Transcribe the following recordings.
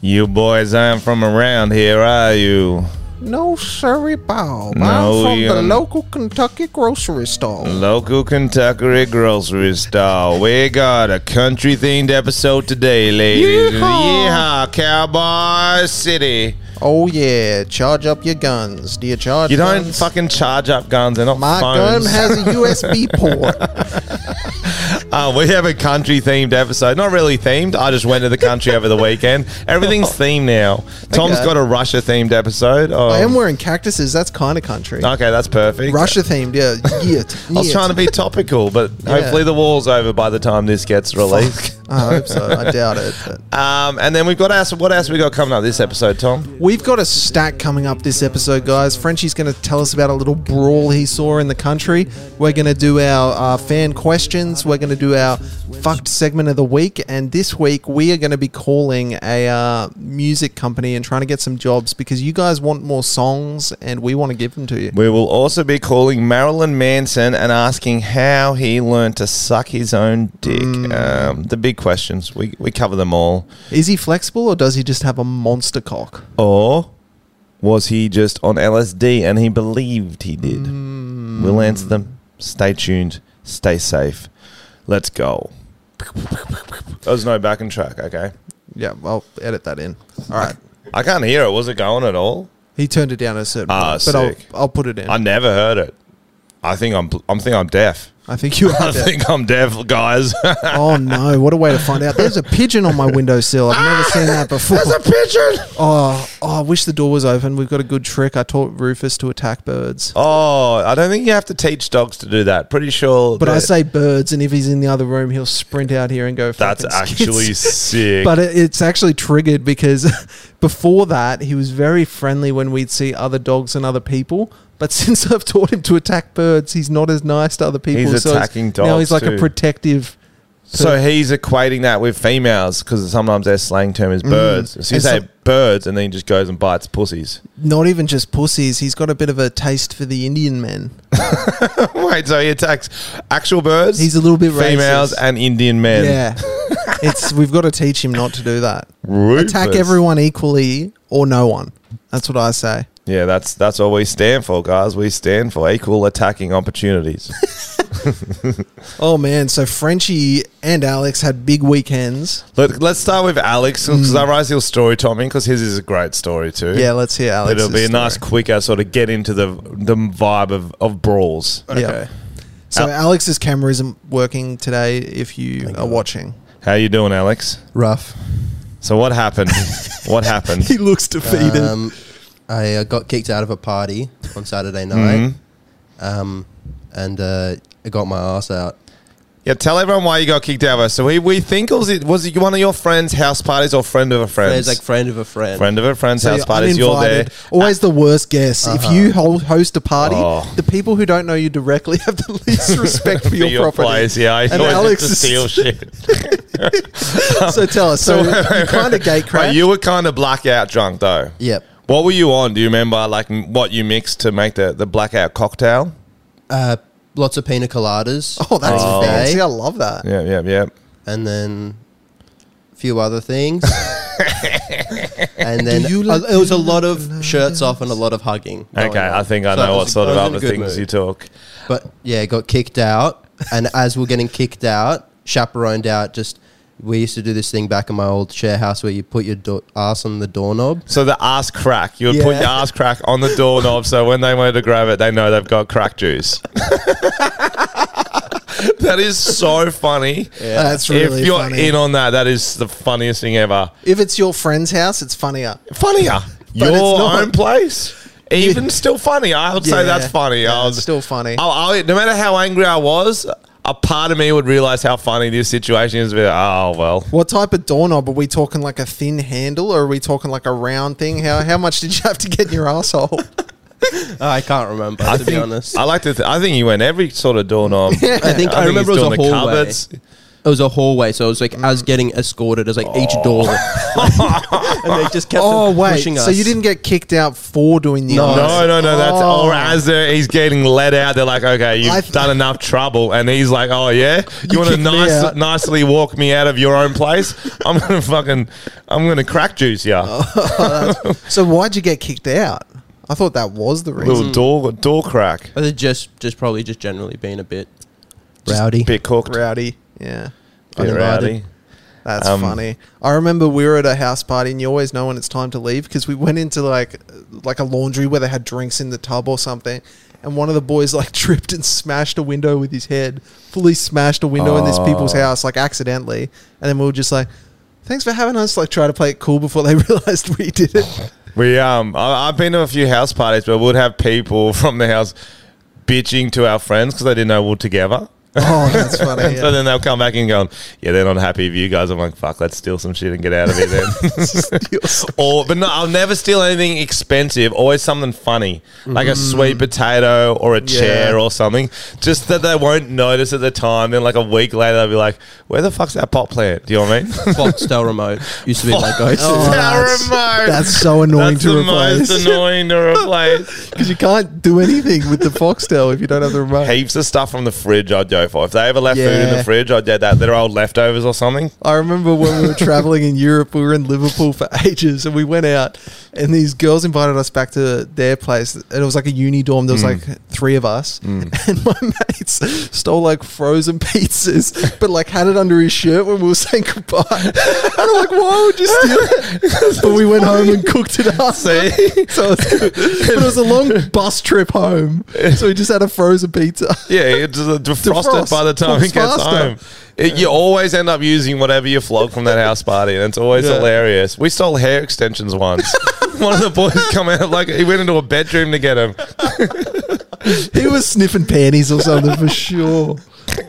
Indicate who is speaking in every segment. Speaker 1: You boys aren't from around here, are you?
Speaker 2: No, sorry, Bob.
Speaker 1: No, um, Mm.
Speaker 2: I'm from
Speaker 1: you
Speaker 2: the
Speaker 1: don't.
Speaker 2: local Kentucky grocery store.
Speaker 1: Local Kentucky grocery store. We got a country themed episode today, ladies.
Speaker 2: Yeehaw.
Speaker 1: Yeehaw, Cowboy City.
Speaker 2: Oh yeah, charge up your guns. Do you charge?
Speaker 1: You don't
Speaker 2: guns?
Speaker 1: fucking charge up guns. They're not
Speaker 2: My
Speaker 1: phones. Oh.
Speaker 2: gun has a USB port.
Speaker 1: Uh, we have a country themed episode. Not really themed. I just went to the country over the weekend. Everything's themed now. Tom's
Speaker 2: Okay.
Speaker 1: got a Russia themed episode. Oh.
Speaker 2: Oh. I am wearing cactuses. That's kind of country.
Speaker 1: Okay, that's perfect.
Speaker 2: Russia themed, yeah. yeah,
Speaker 1: I was trying to be topical, but hopefully the war's over by the time this gets released.
Speaker 2: I hope so. I doubt it. But.
Speaker 1: Um, and then we've got us. What else we got coming up this episode, Tom?
Speaker 2: We've got a stack coming up this episode, guys. Frenchie's going to tell us about a little brawl he saw in the country. We're going to do our uh, fan questions. We're going to do our fucked segment of the week. And this week, we are going to be calling a uh, music company and trying to get some jobs because you guys want more songs and we want to give them to you.
Speaker 1: We will also be calling Marilyn Manson and asking how he learned to suck his own dick. Um, the big questions. We, we cover them all.
Speaker 2: Is he flexible or does he just have a monster cock?
Speaker 1: Or was he just on LSD and he believed he did? We'll answer them. Stay tuned. Stay safe. Let's go. There was no backing track, okay?
Speaker 2: Yeah, I'll edit that in. All right.
Speaker 1: I can't hear it. Was it going at all?
Speaker 2: He turned it down at a certain
Speaker 1: Ah,
Speaker 2: point, but I'll,
Speaker 1: sick.
Speaker 2: I'll put it in.
Speaker 1: I
Speaker 2: i
Speaker 1: never heard it. I think I'm I think I'm deaf.
Speaker 2: think you
Speaker 1: I
Speaker 2: are. there.
Speaker 1: think I'm deaf, guys.
Speaker 2: Oh no! What a way to find out. There's a pigeon on my windowsill. I've never seen that before.
Speaker 1: pigeon.
Speaker 2: Oh, oh, I wish the door was open. We've got a good trick. I taught Rufus to attack birds,
Speaker 1: Oh, I don't think you have to teach dogs to do that. Pretty sure.
Speaker 2: but I
Speaker 1: that-
Speaker 2: say birds, and if he's in the other room, he'll sprint out here and go.
Speaker 1: that's
Speaker 2: "Fucking skits."
Speaker 1: actually sick.
Speaker 2: But it, it's actually triggered because before that, he was very friendly when we'd see other dogs and other people. But since I've taught him to attack birds, he's not as nice to other people.
Speaker 1: He's
Speaker 2: so it's-
Speaker 1: attacking
Speaker 2: Now
Speaker 1: dogs
Speaker 2: he's like a
Speaker 1: too.
Speaker 2: protective.
Speaker 1: So he's equating that with females because sometimes their slang term
Speaker 2: Mm.
Speaker 1: is birds. So you
Speaker 2: And
Speaker 1: say
Speaker 2: some-
Speaker 1: birds, and then he just goes and bites pussies.
Speaker 2: Not even just pussies. He's got a bit of a taste for the Indian men.
Speaker 1: Wait, so he attacks actual birds?
Speaker 2: He's a little bit
Speaker 1: females
Speaker 2: racist.
Speaker 1: and Indian men.
Speaker 2: Yeah. it's we've got to teach him not to do that.
Speaker 1: Ruthless.
Speaker 2: Attack everyone equally or no one. That's what I say.
Speaker 1: Yeah, that's that's all we stand for, guys. We stand for equal attacking opportunities.
Speaker 2: Oh man, so Frenchie and Alex had big weekends.
Speaker 1: Let, let's start with Alex because I raised your story, Tommy, because his is a great story too.
Speaker 2: Hmm. Yeah, let's hear Alex.
Speaker 1: It'll be a nice, quicker sort of get into the the vibe of, of brawls.
Speaker 2: Yeah. So Alex's camera isn't working today if you are watching.
Speaker 1: How you doing, Alex?
Speaker 3: Rough.
Speaker 1: So what happened? what happened?
Speaker 2: He looks defeated.
Speaker 3: Um, I uh, got kicked out of a party on Saturday
Speaker 1: Mm-hmm.
Speaker 3: night, um, and uh, I got my ass out.
Speaker 1: Yeah, tell everyone why you got kicked out. Of us. So we, we think it was it was it one of your friends' house parties or friend of a friend's?
Speaker 3: There's like friend of a friend.
Speaker 1: friend of a friend's
Speaker 2: So
Speaker 1: house
Speaker 2: you're
Speaker 1: parties. You're there.
Speaker 2: uninvited. Always the worst guest. If you ho- host a party,
Speaker 1: Oh.
Speaker 2: the people who don't know you directly have the least respect for your, property.
Speaker 1: place, yeah. I
Speaker 2: And
Speaker 1: always
Speaker 2: Alex
Speaker 1: used to
Speaker 2: is-
Speaker 1: steal shit.
Speaker 2: So tell us. So, you kind of gate
Speaker 1: But you were kind of blackout drunk though.
Speaker 3: Yep.
Speaker 1: What were you on? Do you remember like m- what you mixed to make the, the blackout cocktail?
Speaker 3: Uh, lots of pina coladas.
Speaker 2: Oh, that's
Speaker 3: all
Speaker 2: fancy.
Speaker 3: day,
Speaker 2: I love that.
Speaker 1: Yeah, yeah, yeah.
Speaker 3: And then a few other things. and then
Speaker 2: you like
Speaker 3: uh, it was a lot of shirts off and a lot of hugging. going
Speaker 1: Okay,
Speaker 3: on.
Speaker 1: I think I
Speaker 3: So
Speaker 1: know
Speaker 3: was-
Speaker 1: what sort
Speaker 3: I
Speaker 1: of
Speaker 3: was in a
Speaker 1: other
Speaker 3: good
Speaker 1: things
Speaker 3: mood.
Speaker 1: you took.
Speaker 3: But yeah, got kicked out, and as we're getting kicked out, chaperoned out, just we used to do this thing back in my old share house where you put your do- ass on the doorknob.
Speaker 1: So the ass crack, you would put
Speaker 2: Yeah.
Speaker 1: your ass crack on the doorknob, so when they wanted to grab it, they know they've got crack juice. that is so funny.
Speaker 2: Oh, That's really
Speaker 1: if you're
Speaker 2: funny.
Speaker 1: in on that, that is the funniest thing ever.
Speaker 2: if it's your friend's house, it's funnier.
Speaker 1: Funnier, your
Speaker 2: it's not.
Speaker 1: own place. Even still funny. I would say
Speaker 2: Yeah.
Speaker 1: that's funny.
Speaker 2: Yeah,
Speaker 1: I
Speaker 2: it's
Speaker 1: was
Speaker 2: still funny.
Speaker 1: I, I, no matter how angry I was, a part of me would realize how funny this situation is. Be like, oh well.
Speaker 2: What type of doorknob are we talking? Like a thin handle, or are we talking like a round thing? How how much did you have to get in your asshole?
Speaker 3: Oh, I can't remember
Speaker 1: I
Speaker 3: to
Speaker 1: think,
Speaker 3: be honest.
Speaker 1: I like to. Th- I think he went every sort of doorknob.
Speaker 3: I think I
Speaker 1: he's
Speaker 3: remember it was
Speaker 1: doing
Speaker 3: a hallway. It was a hallway, so it was like I was getting escorted. It was like each door, Oh. and they just kept
Speaker 2: Oh wait,
Speaker 3: pushing us.
Speaker 2: so you didn't get kicked out for doing the
Speaker 3: No.
Speaker 2: honors?
Speaker 1: No, no, no. That's
Speaker 2: Oh.
Speaker 1: or as they're- he's getting let out, they're like, "Okay, you've
Speaker 2: I th-
Speaker 1: done enough trouble," and he's like, "Oh yeah, you, want to
Speaker 2: kicked me
Speaker 1: nice,
Speaker 2: out."
Speaker 1: nicely walk me out of your own place? I'm gonna fucking, I'm gonna crack juice you.
Speaker 3: Oh.
Speaker 2: So why'd you get kicked out? I thought that was the reason.
Speaker 1: Little door, door crack,
Speaker 3: I think just, just probably just generally being a bit rowdy.
Speaker 1: bit cooked,
Speaker 2: Rowdy. Yeah.
Speaker 1: bit
Speaker 3: uninvited.
Speaker 1: rowdy.
Speaker 2: That's
Speaker 1: Um,
Speaker 2: funny. I remember we were at a house party, and you always know when it's time to leave because we went into like like a laundry where they had drinks in the tub or something, and one of the boys like tripped and smashed a window with his head, fully smashed a window in this people's house like accidentally, and then we were just like, "Thanks for having us." Like try to play it cool before they realized we did it.
Speaker 1: We um, I, I've been to a few house parties, but we'd have people from the house bitching to our friends because they didn't know we we're together.
Speaker 2: oh, that's funny.
Speaker 1: So
Speaker 2: Yeah.
Speaker 1: then they'll come back and go, yeah, they're not happy with you guys. I'm like, fuck, let's steal some shit and get out of here then. or, but no, I'll never steal anything expensive. Always something funny, like a sweet potato or a chair
Speaker 2: Mm-hmm. Yeah.
Speaker 1: or something. Just that they won't notice at the time. Then like a week later, they'll be like, where the fuck's that pot plant? Do you know what I mean?
Speaker 3: Foxtel remote used to be my go-to.
Speaker 2: Oh, that's,
Speaker 1: remote.
Speaker 2: that's so annoying
Speaker 1: That's
Speaker 2: to
Speaker 1: the most
Speaker 2: replace
Speaker 1: annoying to replace.
Speaker 2: because you can't do anything with the Foxtel if you don't have the remote.
Speaker 1: Heaps of stuff from the fridge I'd go for. If they ever left food in
Speaker 2: Yeah.
Speaker 1: the fridge, I'd get that. They're old leftovers or something.
Speaker 2: I remember when we were traveling in Europe, we were in Liverpool for ages, and we went out, and these girls invited us back to their place, and it was like a uni dorm. There was like three of us, and my mates stole like frozen pizzas, but like had it under his shirt when we were saying goodbye. and I'm like, why would you steal it? but we went home and cooked it up.
Speaker 1: See?
Speaker 2: so it was, but it was a long bus trip home, so we just had a frozen pizza.
Speaker 1: Yeah, it's uh, defrosted
Speaker 2: Defrost.
Speaker 1: by the time
Speaker 2: Cooks
Speaker 1: it gets
Speaker 2: faster.
Speaker 1: home. It, you always end up using whatever you flog from that house party, and it's always
Speaker 2: Yeah.
Speaker 1: hilarious. We stole hair extensions once. One of the boys come out like he went into a bedroom to get them.
Speaker 2: he was sniffing panties or something for sure.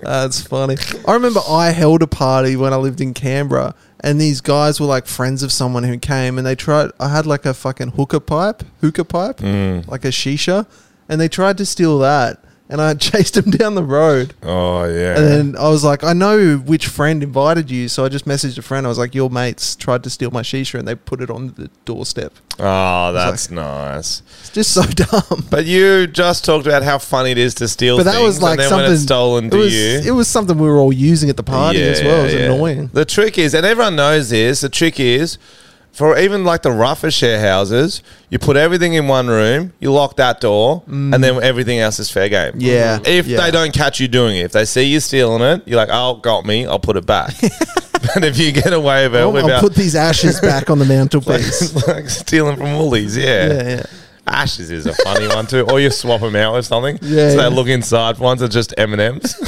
Speaker 2: That's funny. I remember I held a party when I lived in Canberra, and these guys were like friends of someone who came, and they tried. I had like a fucking hooker pipe, hookah pipe, like a shisha, and they tried to steal that, and I chased them down the road.
Speaker 1: Oh yeah.
Speaker 2: And then I was like, I know which friend invited you, so I just messaged a friend. I was like, your mates tried to steal my shisha, and they put it on the doorstep.
Speaker 1: oh, that's nice.
Speaker 2: It's just so dumb.
Speaker 1: But you just talked about how funny it is to steal.
Speaker 2: But that was
Speaker 1: things,
Speaker 2: like
Speaker 1: and then
Speaker 2: something
Speaker 1: when it's stolen to
Speaker 2: it was,
Speaker 1: you.
Speaker 2: It was something we were all using at the party as well. It was
Speaker 1: yeah.
Speaker 2: annoying.
Speaker 1: The trick is, and everyone knows this, the trick is for even like the rougher share houses, you put everything in one room, you lock that door, and then everything else is fair game.
Speaker 2: Mm. Yeah,
Speaker 1: If
Speaker 2: yeah.
Speaker 1: they don't catch you doing it, if they see you stealing it, you're like, oh, got me, I'll put it back. but if you get away with it,
Speaker 2: Oh, I'll, I'll
Speaker 1: without-
Speaker 2: put these ashes back on the mantelpiece.
Speaker 1: like stealing from Woolies, yeah.
Speaker 2: yeah, yeah.
Speaker 1: Ashes is a funny one too, or you swap them out with something.
Speaker 2: Yeah,
Speaker 1: so
Speaker 2: yeah.
Speaker 1: they look inside. Ones are just M and M's,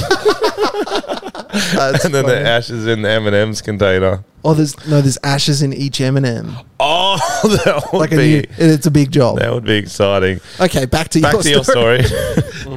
Speaker 2: That's
Speaker 1: and then
Speaker 2: funny.
Speaker 1: the ashes in the M and M's container.
Speaker 2: oh, there's no, there's ashes in each M and m
Speaker 1: Oh, that would
Speaker 2: Like a
Speaker 1: be
Speaker 2: new, it's a big job.
Speaker 1: that would be exciting.
Speaker 2: Okay, back to
Speaker 1: Back
Speaker 2: your
Speaker 1: to
Speaker 2: story.
Speaker 1: your story.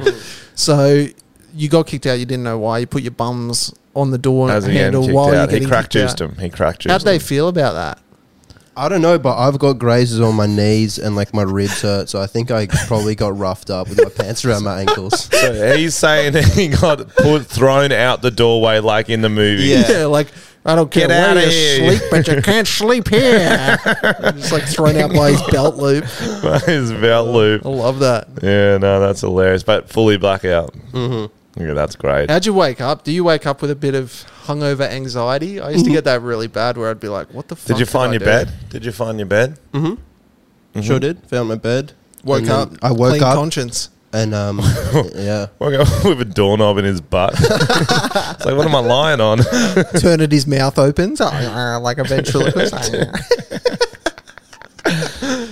Speaker 2: So you got kicked out. You didn't know why. You put your bums on the door
Speaker 1: As he getting
Speaker 2: handle
Speaker 1: kicked
Speaker 2: while you're
Speaker 1: out, he
Speaker 2: getting
Speaker 1: crack
Speaker 2: kicked
Speaker 1: juiced
Speaker 2: out.
Speaker 1: him. He crack juiced
Speaker 2: How'd they
Speaker 1: him.
Speaker 2: feel about that?
Speaker 3: I don't know, but I've got grazes on my knees and like my ribs hurt, so I think I probably got roughed up with my pants around my ankles.
Speaker 1: So he's saying he got put thrown out the doorway like in the movie.
Speaker 3: Yeah.
Speaker 2: like I don't care
Speaker 1: Get
Speaker 2: where
Speaker 1: outta
Speaker 2: you
Speaker 1: here.
Speaker 2: sleep, but you can't sleep here. Just like thrown out by his belt loop.
Speaker 1: his belt loop.
Speaker 2: I love that.
Speaker 1: Yeah, no, that's hilarious. But fully blackout. Mm-hmm. Yeah, that's great.
Speaker 2: How'd you wake up? Do you wake up with a bit of hungover anxiety? I used to get that really bad where I'd be like, what the fuck?
Speaker 1: Did you find
Speaker 2: I
Speaker 1: your
Speaker 2: do?
Speaker 1: bed? Did you find your bed? Mm-hmm.
Speaker 3: Sure did. Found my bed.
Speaker 2: Woke
Speaker 3: and then
Speaker 2: up.
Speaker 3: I woke
Speaker 2: clean
Speaker 3: up
Speaker 2: conscience.
Speaker 3: and um, yeah.
Speaker 1: Woke up with a doorknob in his butt. it's like, what am I lying on?
Speaker 2: Turned it, his mouth opens like a ventriloquist.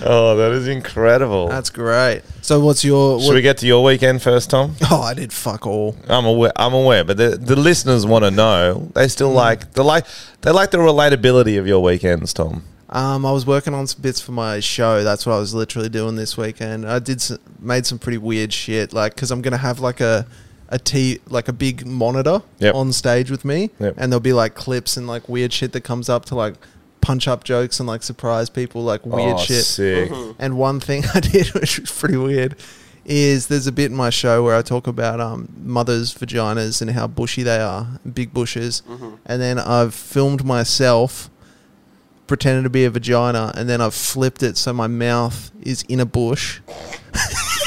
Speaker 1: oh, that is incredible.
Speaker 2: That's great. So what's your?
Speaker 1: Should
Speaker 2: What,
Speaker 1: we get to your weekend first, Tom?
Speaker 2: oh, I did fuck all.
Speaker 1: I'm aware. I'm aware, but the, the listeners want to know. They
Speaker 2: Mm.
Speaker 1: still like the like. They like the relatability of your weekends, Tom.
Speaker 2: Um, I was working on some bits for my show. That's what I was literally doing this weekend. I did some, made some pretty weird shit, like because I'm gonna have like a a t like a big monitor
Speaker 1: Yep.
Speaker 2: on stage with me,
Speaker 1: Yep.
Speaker 2: and there'll be like clips and like weird shit that comes up to like punch up jokes and like surprise people, like weird
Speaker 1: Oh,
Speaker 2: shit. Mm-hmm.
Speaker 1: Sick.
Speaker 2: And one thing I did, which was pretty weird, is there's a bit in my show where I talk about um, mothers' vaginas and how bushy they are, big bushes,
Speaker 1: Mm-hmm.
Speaker 2: and then I've filmed myself pretending to be a vagina, and then I've flipped it so my mouth is in a bush,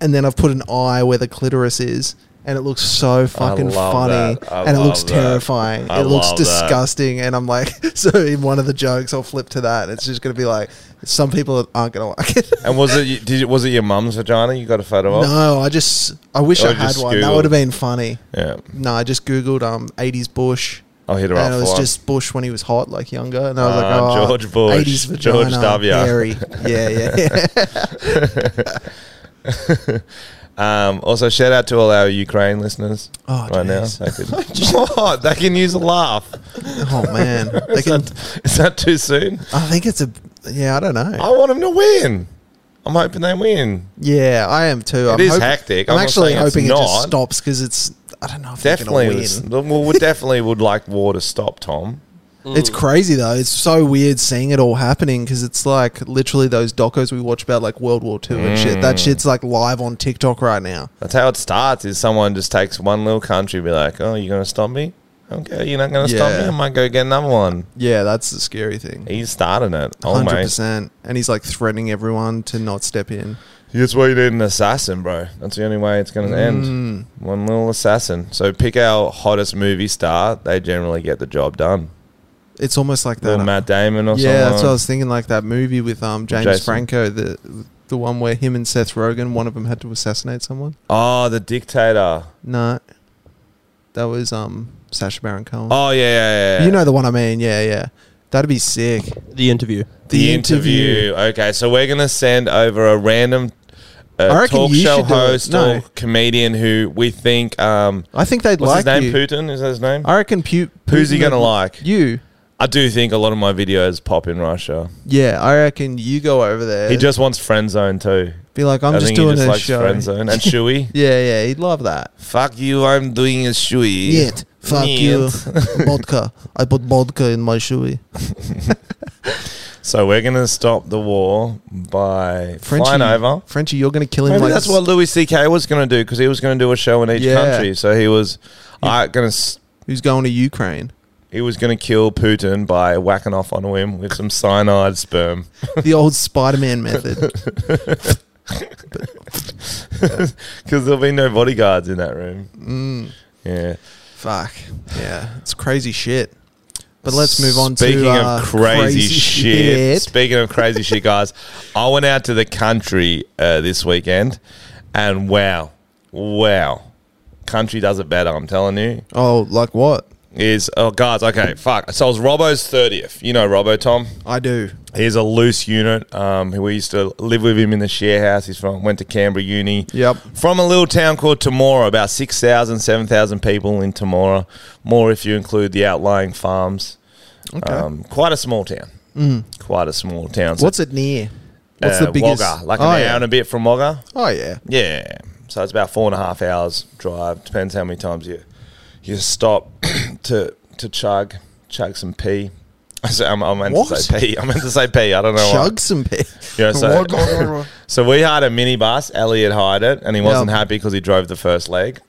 Speaker 2: and then I've put an eye where the clitoris is. And it looks so fucking
Speaker 1: love
Speaker 2: funny,
Speaker 1: that. I
Speaker 2: and it looks
Speaker 1: love that.
Speaker 2: terrifying.
Speaker 1: I
Speaker 2: it looks
Speaker 1: love that.
Speaker 2: disgusting disgusting, and I'm like, so in one of the jokes, I'll flip to that. It's just gonna be like, some people aren't gonna like it.
Speaker 1: And was it you- did it, was it your mum's vagina? You got a photo of?
Speaker 2: No, I just, I wish
Speaker 1: Or
Speaker 2: I had
Speaker 1: just
Speaker 2: one. That
Speaker 1: Google.
Speaker 2: would have been funny.
Speaker 1: Yeah,
Speaker 2: No, I just googled um 80s Bush,
Speaker 1: I'll hit her up.
Speaker 2: and it was
Speaker 1: for one.
Speaker 2: just Bush when he was hot, like younger, and I was
Speaker 1: Ah,
Speaker 2: like, oh,
Speaker 1: George Bush,
Speaker 2: 80s vagina,
Speaker 1: George W.
Speaker 2: hairy. yeah, yeah, yeah.
Speaker 1: Um, also, shout out to all our Ukraine listeners
Speaker 2: Oh,
Speaker 1: right now.
Speaker 2: jeez.
Speaker 1: They, could, oh, they can use a laugh.
Speaker 2: oh man, they
Speaker 1: Is,
Speaker 2: can,
Speaker 1: that, is that too soon?
Speaker 2: I think it's a, yeah, I don't know.
Speaker 1: I want them to win. I'm hoping they win.
Speaker 2: Yeah, I am too. I'm
Speaker 1: is hectic.
Speaker 2: I'm,
Speaker 1: I'm not
Speaker 2: actually
Speaker 1: saying it's
Speaker 2: hoping it
Speaker 1: not.
Speaker 2: just stops because it's, I don't know if
Speaker 1: Definitely.
Speaker 2: they're gonna win.
Speaker 1: was- Well, we definitely would like war to stop, Tom.
Speaker 2: It's
Speaker 1: Mm.
Speaker 2: crazy though. It's so weird seeing it all happening because it's like literally those docos we watch about like World War Two and shit.
Speaker 1: Mm.
Speaker 2: That shit's like live on TikTok right now.
Speaker 1: That's how it starts. Is someone just takes one little country, be like, "Oh, you're gonna stop me? Okay, you're not gonna stop me.
Speaker 2: Yeah.
Speaker 1: I might go get another one."
Speaker 2: Yeah, that's the scary thing.
Speaker 1: He's starting it. Oh
Speaker 2: Hundred
Speaker 1: mate,
Speaker 2: percent. And he's like threatening everyone to not step in.
Speaker 1: that's why you need an assassin, bro. That's the only way it's gonna
Speaker 2: Mm.
Speaker 1: end. One little assassin. So pick our hottest movie star. They generally get the job done.
Speaker 2: It's almost like that. uh,
Speaker 1: Little Matt Damon or
Speaker 2: yeah, that's what I
Speaker 1: someone.
Speaker 2: was thinking. Like that movie with um James
Speaker 1: Jason.
Speaker 2: Franco, the the one where him and Seth Rogen, one of them had to assassinate someone.
Speaker 1: oh, the dictator.
Speaker 2: No, that was um Sacha Baron Cohen.
Speaker 1: Oh yeah, yeah, yeah, yeah.
Speaker 2: You know the one I mean? Yeah, yeah. That'd be sick.
Speaker 3: The interview.
Speaker 1: the, interview. Okay, so we're gonna send over a random
Speaker 2: I
Speaker 1: uh,
Speaker 2: reckon
Speaker 1: talk
Speaker 2: you
Speaker 1: show
Speaker 2: should do it.
Speaker 1: host
Speaker 2: No.
Speaker 1: or comedian who we think. Um,
Speaker 2: I think they'd
Speaker 1: what's
Speaker 2: like
Speaker 1: his name?
Speaker 2: you.
Speaker 1: Putin is that his name?
Speaker 2: I reckon Pu-
Speaker 1: Who's he
Speaker 2: Putin
Speaker 1: gonna
Speaker 2: would-
Speaker 1: like?
Speaker 2: You.
Speaker 1: I do think a lot of my videos pop in Russia.
Speaker 2: Yeah, I reckon you go over there.
Speaker 1: He just wants friend zone too.
Speaker 2: be like, I'm
Speaker 1: I
Speaker 2: just
Speaker 1: think
Speaker 2: doing
Speaker 1: he just
Speaker 2: a
Speaker 1: likes
Speaker 2: show.
Speaker 1: friend zone and Shui.
Speaker 2: Yeah, yeah, he'd love that.
Speaker 1: Fuck you! I'm doing a Shui. Niet.
Speaker 2: vodka. I put vodka in my shoey.
Speaker 1: So we're gonna stop the war by
Speaker 2: Frenchie,
Speaker 1: flying over.
Speaker 2: Frenchie, you're gonna kill him.
Speaker 1: Maybe
Speaker 2: like
Speaker 1: that's what Louis C.K. was gonna do because he was gonna do a show in each
Speaker 2: Yeah.
Speaker 1: country. So he was, I gonna s-
Speaker 2: Who's going to Ukraine?
Speaker 1: He was going to kill Putin by whacking off on a whim with some cyanide sperm.
Speaker 2: The old Spider-Man method.
Speaker 1: Because there'll be no bodyguards in that room.
Speaker 2: Mm.
Speaker 1: Yeah.
Speaker 2: Fuck. Yeah, it's crazy shit. But let's move on
Speaker 1: Speaking
Speaker 2: to uh,
Speaker 1: of crazy, shit. Speaking of crazy shit, guys, I went out to the country uh, this weekend and wow, wow. Country does it better, I'm telling you.
Speaker 2: Oh, like what?
Speaker 1: Is, oh, guys, okay, fuck. So it was Robbo's 30th. You know Robbo, Tom?
Speaker 2: I do.
Speaker 1: He's a loose unit. Um, we used to live with him in the share house. He's from went to Canberra Uni.
Speaker 2: Yep.
Speaker 1: From a little town called Tamora, about 6,000, 7,000 people in Tamora. More if you include the outlying farms.
Speaker 2: Okay. Mm.
Speaker 1: Um, quite a small town. Quite a small town.
Speaker 2: What's it near? What's
Speaker 1: uh,
Speaker 2: the biggest?
Speaker 1: Wagga, like
Speaker 2: oh,
Speaker 1: an hour
Speaker 2: yeah.
Speaker 1: and a bit from Wagga.
Speaker 2: Oh yeah.
Speaker 1: Yeah. So it's about four and a half hours drive. Depends how many times you you stop to to chug, chug some pee. So I'm, I meant to
Speaker 2: What?
Speaker 1: say pee. I meant to say pee. I don't know why.
Speaker 2: Chug some pee.
Speaker 1: uh, Yeah, so,
Speaker 2: Wagga.
Speaker 1: so we had a minibus. Elliot hired it, and he wasn't
Speaker 2: Yeah.
Speaker 1: happy because he drove the first leg.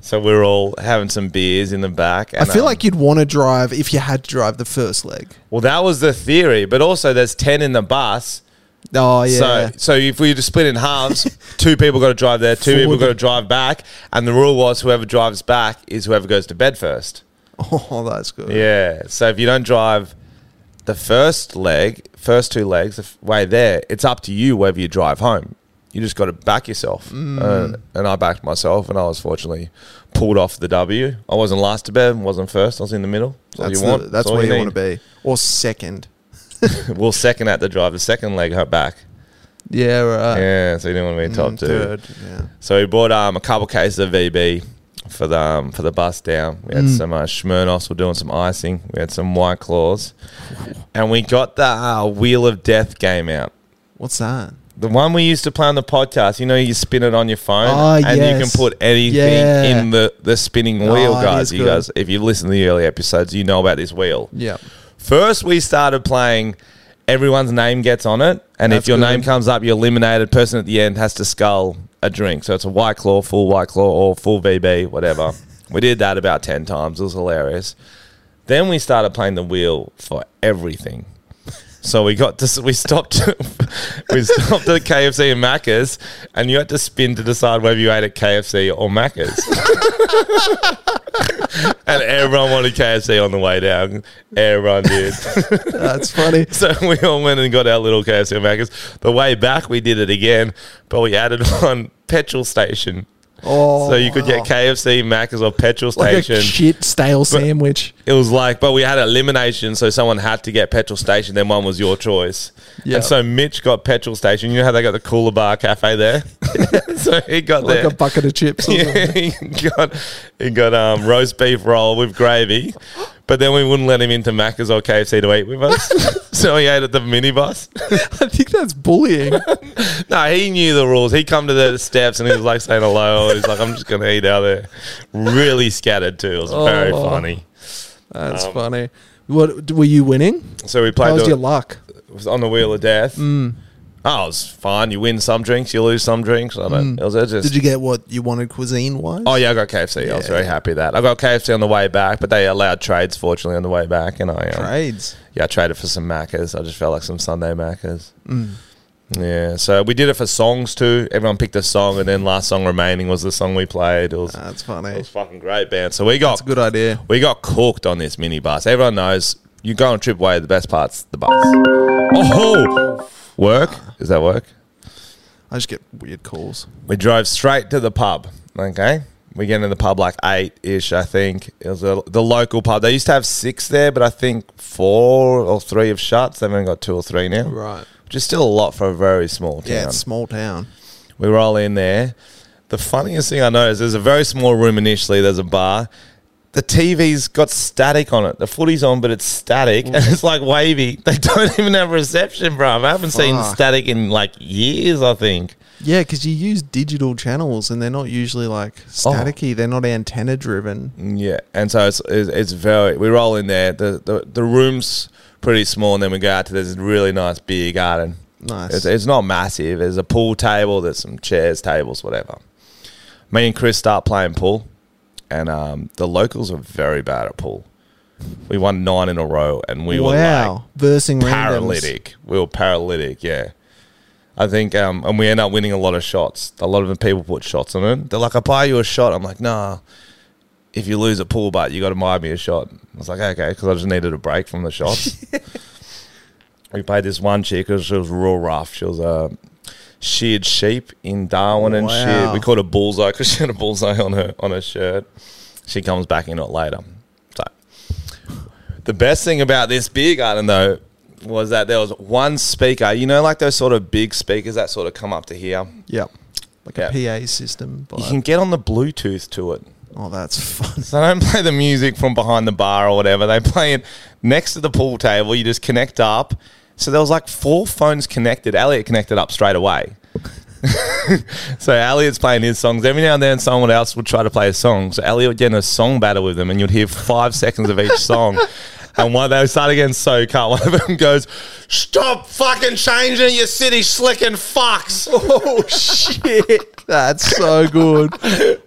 Speaker 1: so we were all having some beers in the back.
Speaker 2: I
Speaker 1: And,
Speaker 2: feel
Speaker 1: um,
Speaker 2: like you'd want to drive if you had to drive the first leg.
Speaker 1: well, that was the theory, but also there's ten in the bus.
Speaker 2: Oh yeah.
Speaker 1: So, so if we were to split in halves, two people got to drive there, two people
Speaker 2: Forward.
Speaker 1: got to drive back, and the rule was whoever drives back is whoever goes to bed first.
Speaker 2: oh, that's good.
Speaker 1: Yeah. So if you don't drive the first leg, first two legs, the f- way there, it's up to you whether you drive home. You just got to back yourself.
Speaker 2: Mm.
Speaker 1: Uh, and I backed myself, and I was fortunately pulled off the W. I wasn't last to bed, wasn't first. I was in the middle. That's,
Speaker 2: That's
Speaker 1: all you want.
Speaker 2: the, that's
Speaker 1: all
Speaker 2: where you,
Speaker 1: need.
Speaker 2: want to be, or second.
Speaker 1: We'll second at the drive, the second leg her back.
Speaker 2: Yeah. Right.
Speaker 1: Yeah, so you didn't want to be top two.
Speaker 2: Mm, Third. Yeah.
Speaker 1: So we bought um, a couple cases of VB for the um, for the bus down. We
Speaker 2: Mm.
Speaker 1: had some uh, Smirnoffs. We're doing some icing. We had some White Claws, and we got the uh, Wheel of Death game out.
Speaker 2: What's that?
Speaker 1: The one we used to play on the podcast. You know, you spin it on your phone,
Speaker 2: Ah,
Speaker 1: and you
Speaker 2: yes.
Speaker 1: can put anything
Speaker 2: Yeah.
Speaker 1: in the the spinning wheel,
Speaker 2: Ah, it
Speaker 1: guys.
Speaker 2: is
Speaker 1: You
Speaker 2: good.
Speaker 1: guys, if you've listened to the early episodes, you know about this wheel.
Speaker 2: Yeah.
Speaker 1: First, we started playing everyone's name gets on it, and
Speaker 2: That's
Speaker 1: if your
Speaker 2: good.
Speaker 1: name comes up, you're eliminated. Person at the end has to skull a drink. So it's a white claw, full white claw, or full VB, whatever. we did that about ten times. It was hilarious. Then we started playing the wheel for everything. So we got to we stopped we stopped at KFC and Macca's, and you had to spin to decide whether you ate at KFC or Macca's. and everyone wanted KFC on the way down. Everyone did.
Speaker 2: That's funny.
Speaker 1: So we all went and got our little KFC and Macca's. The way back, we did it again, but we added on petrol station.
Speaker 2: Oh,
Speaker 1: So you could get KFC, Macca's, or petrol
Speaker 2: like
Speaker 1: station.
Speaker 2: a shit stale sandwich.
Speaker 1: It was like, but we had elimination, so someone had to get petrol station. Then one was your choice.
Speaker 2: Yeah.
Speaker 1: And so Mitch got petrol station. You know how they got the Cooler Bar Cafe there? so he got
Speaker 2: Like
Speaker 1: there.
Speaker 2: a bucket of chips. Or something.
Speaker 1: yeah, he got, he got um, roast beef roll with gravy. But then we wouldn't let him into Macca's or KFC to eat with us. so he ate at the minibus.
Speaker 2: I think that's bullying.
Speaker 1: No, he knew the rules. He come to the steps and he was like saying hello. He's like, I'm just going to eat out there. Really scattered too. It was very
Speaker 2: Oh.
Speaker 1: funny.
Speaker 2: That's
Speaker 1: Um,
Speaker 2: funny. What were you winning?
Speaker 1: So we
Speaker 2: How
Speaker 1: played
Speaker 2: was
Speaker 1: the-
Speaker 2: your luck?
Speaker 1: was on the wheel of death. Mm. Oh, it was fine. You win some drinks, you lose some drinks. I don't. It was it just.
Speaker 2: Mm. Did you get what you wanted cuisine wise?
Speaker 1: Oh yeah, I got KFC. I was
Speaker 2: Yeah.
Speaker 1: very happy with that I got KFC on the way back, but they allowed trades fortunately on the way back, and I um,
Speaker 2: trades.
Speaker 1: yeah, I traded for some macas. I just felt like some Sunday macas.
Speaker 2: Mm.
Speaker 1: Yeah, so we did it for songs too. Everyone picked a song, and then last song remaining was the song we played. It was
Speaker 2: That's
Speaker 1: it
Speaker 2: funny.
Speaker 1: was fucking great band. So we got
Speaker 2: It's a good idea.
Speaker 1: we got cooked on this minibus. Everyone knows you go on Tripway, the best part's the bus. Oh, work? Is that work?
Speaker 2: I just get weird calls.
Speaker 1: We drove straight to the pub. Okay. We get into the pub like eight ish, I think. It was a, the local pub. They used to have six there, but I think four or three have shut. So they've only got two or three now,
Speaker 2: Right.
Speaker 1: which is still a lot for a very small town.
Speaker 2: Yeah, it's small town.
Speaker 1: We roll in there. The funniest thing I know is there's a very small room initially. There's a bar. The TV's got static on it. The footy's on, but it's static and it's like wavy. They don't even have reception, bro. I haven't seen
Speaker 2: Fuck.
Speaker 1: static in like years, I think.
Speaker 2: Yeah, because you use digital channels and they're not usually like
Speaker 1: Oh.
Speaker 2: staticky. They're not antenna driven.
Speaker 1: Yeah, and so it's it's, it's very. We roll in there. The, the the room's pretty small, and then we go out to this really nice beer garden.
Speaker 2: Nice.
Speaker 1: It's, it's not massive. There's a pool table. There's some chairs, tables, whatever. Me and Chris start playing pool, and um, the locals are very bad at pool. We won nine in a row, and we were like
Speaker 2: wow. Versing randoms.
Speaker 1: paralytic. We were paralytic, yeah. I think, um, and we end up winning a lot of shots. A lot of the people put shots on it. They're like, I buy you a shot. I'm like, nah. If you lose a pool butt, you got to buy me a shot. I was like, okay, because I just needed a break from the shots. we played this one chick. 'cause She was real rough. She was a sheared sheep in Darwin and shit.
Speaker 2: Wow.
Speaker 1: We called her bullseye because she had a bullseye on her on her shirt. She comes back in it later. So the best thing about this beer garden though was that there was one speaker. You know, like those sort of big speakers that sort of come up to here.
Speaker 2: Yep. Like a PA system.
Speaker 1: You can
Speaker 2: But,
Speaker 1: get on the Bluetooth to it.
Speaker 2: oh, that's funny.
Speaker 1: So they don't play the music from behind the bar or whatever. They play it next to the pool table. You just connect up. So there was like four phones connected. Elliot connected up straight away. so Elliot's playing his songs. Every now and then someone else would try to play a song. So Elliot would get in a song battle with them and you'd hear five seconds of each song. And one they would start getting so cut, one of them goes, Stop fucking changing your city slicking fucks.
Speaker 2: Oh, shit. That's so good.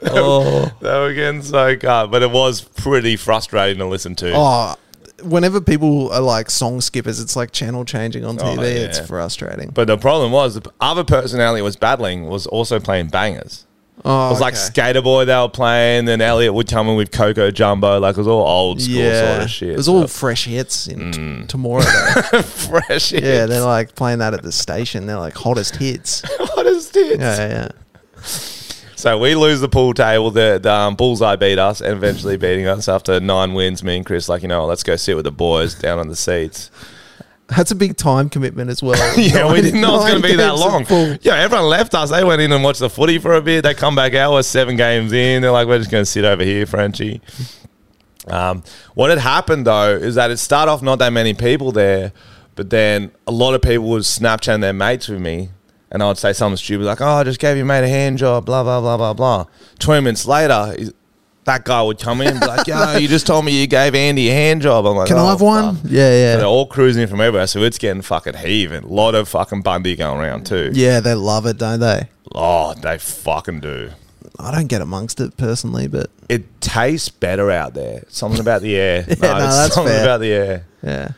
Speaker 2: Oh.
Speaker 1: they were getting so cut. But it was pretty frustrating to listen to.
Speaker 2: Oh, whenever people are like song skippers, it's like channel changing on TV.
Speaker 1: Oh, yeah.
Speaker 2: It's frustrating.
Speaker 1: But the problem was the other person Elliot was battling was also playing bangers.
Speaker 2: oh,
Speaker 1: It was like
Speaker 2: okay.
Speaker 1: Skater Boy they were playing, then Elliot would come in with Coco Jumbo, like it was all old school sort of shit. Mm.
Speaker 2: It was all fresh hits in t- tomorrow. though.
Speaker 1: fresh.
Speaker 2: yeah,
Speaker 1: Yeah,
Speaker 2: they're like playing that at the station. They're like hottest hits.
Speaker 1: what is this?
Speaker 2: Yeah, yeah.
Speaker 1: So we lose the pool table. The, the um, bullseye beat us, and eventually beating us after nine wins. Me and Chris, like you know, let's go sit with the boys down on the seats.
Speaker 2: That's a big time commitment as well.
Speaker 1: Yeah, we
Speaker 2: Nine-
Speaker 1: didn't know it was going to
Speaker 2: nine
Speaker 1: be that
Speaker 2: games of
Speaker 1: long.
Speaker 2: full.
Speaker 1: Yeah, everyone left us. They went in and watched the footy for a bit. They come back out. We're seven games in. They're like, we're just going to sit over here, Frenchie. Um, what had happened though is that it started off not that many people there, but then a lot of people would Snapchat their mates with me, and I would say something stupid like, "Oh, I just gave your mate a hand job," blah blah blah blah blah. Twenty minutes later, he's- that guy would come in and be like, yo, you just told me you gave Andy a hand job. I'm like,
Speaker 2: Can I
Speaker 1: "Oh,
Speaker 2: have one?
Speaker 1: fuck."
Speaker 2: Yeah,
Speaker 1: And they're
Speaker 2: yeah.
Speaker 1: all cruising from everywhere, so it's getting fucking heaving. A lot of fucking Bundy going around too.
Speaker 2: Yeah, they love it, don't they?
Speaker 1: Oh, they fucking do.
Speaker 2: I don't get amongst it personally, but
Speaker 1: It tastes better out there. Something about the air.
Speaker 2: Yeah, no,
Speaker 1: it's
Speaker 2: that's
Speaker 1: something
Speaker 2: fair.
Speaker 1: about the air.
Speaker 2: yeah.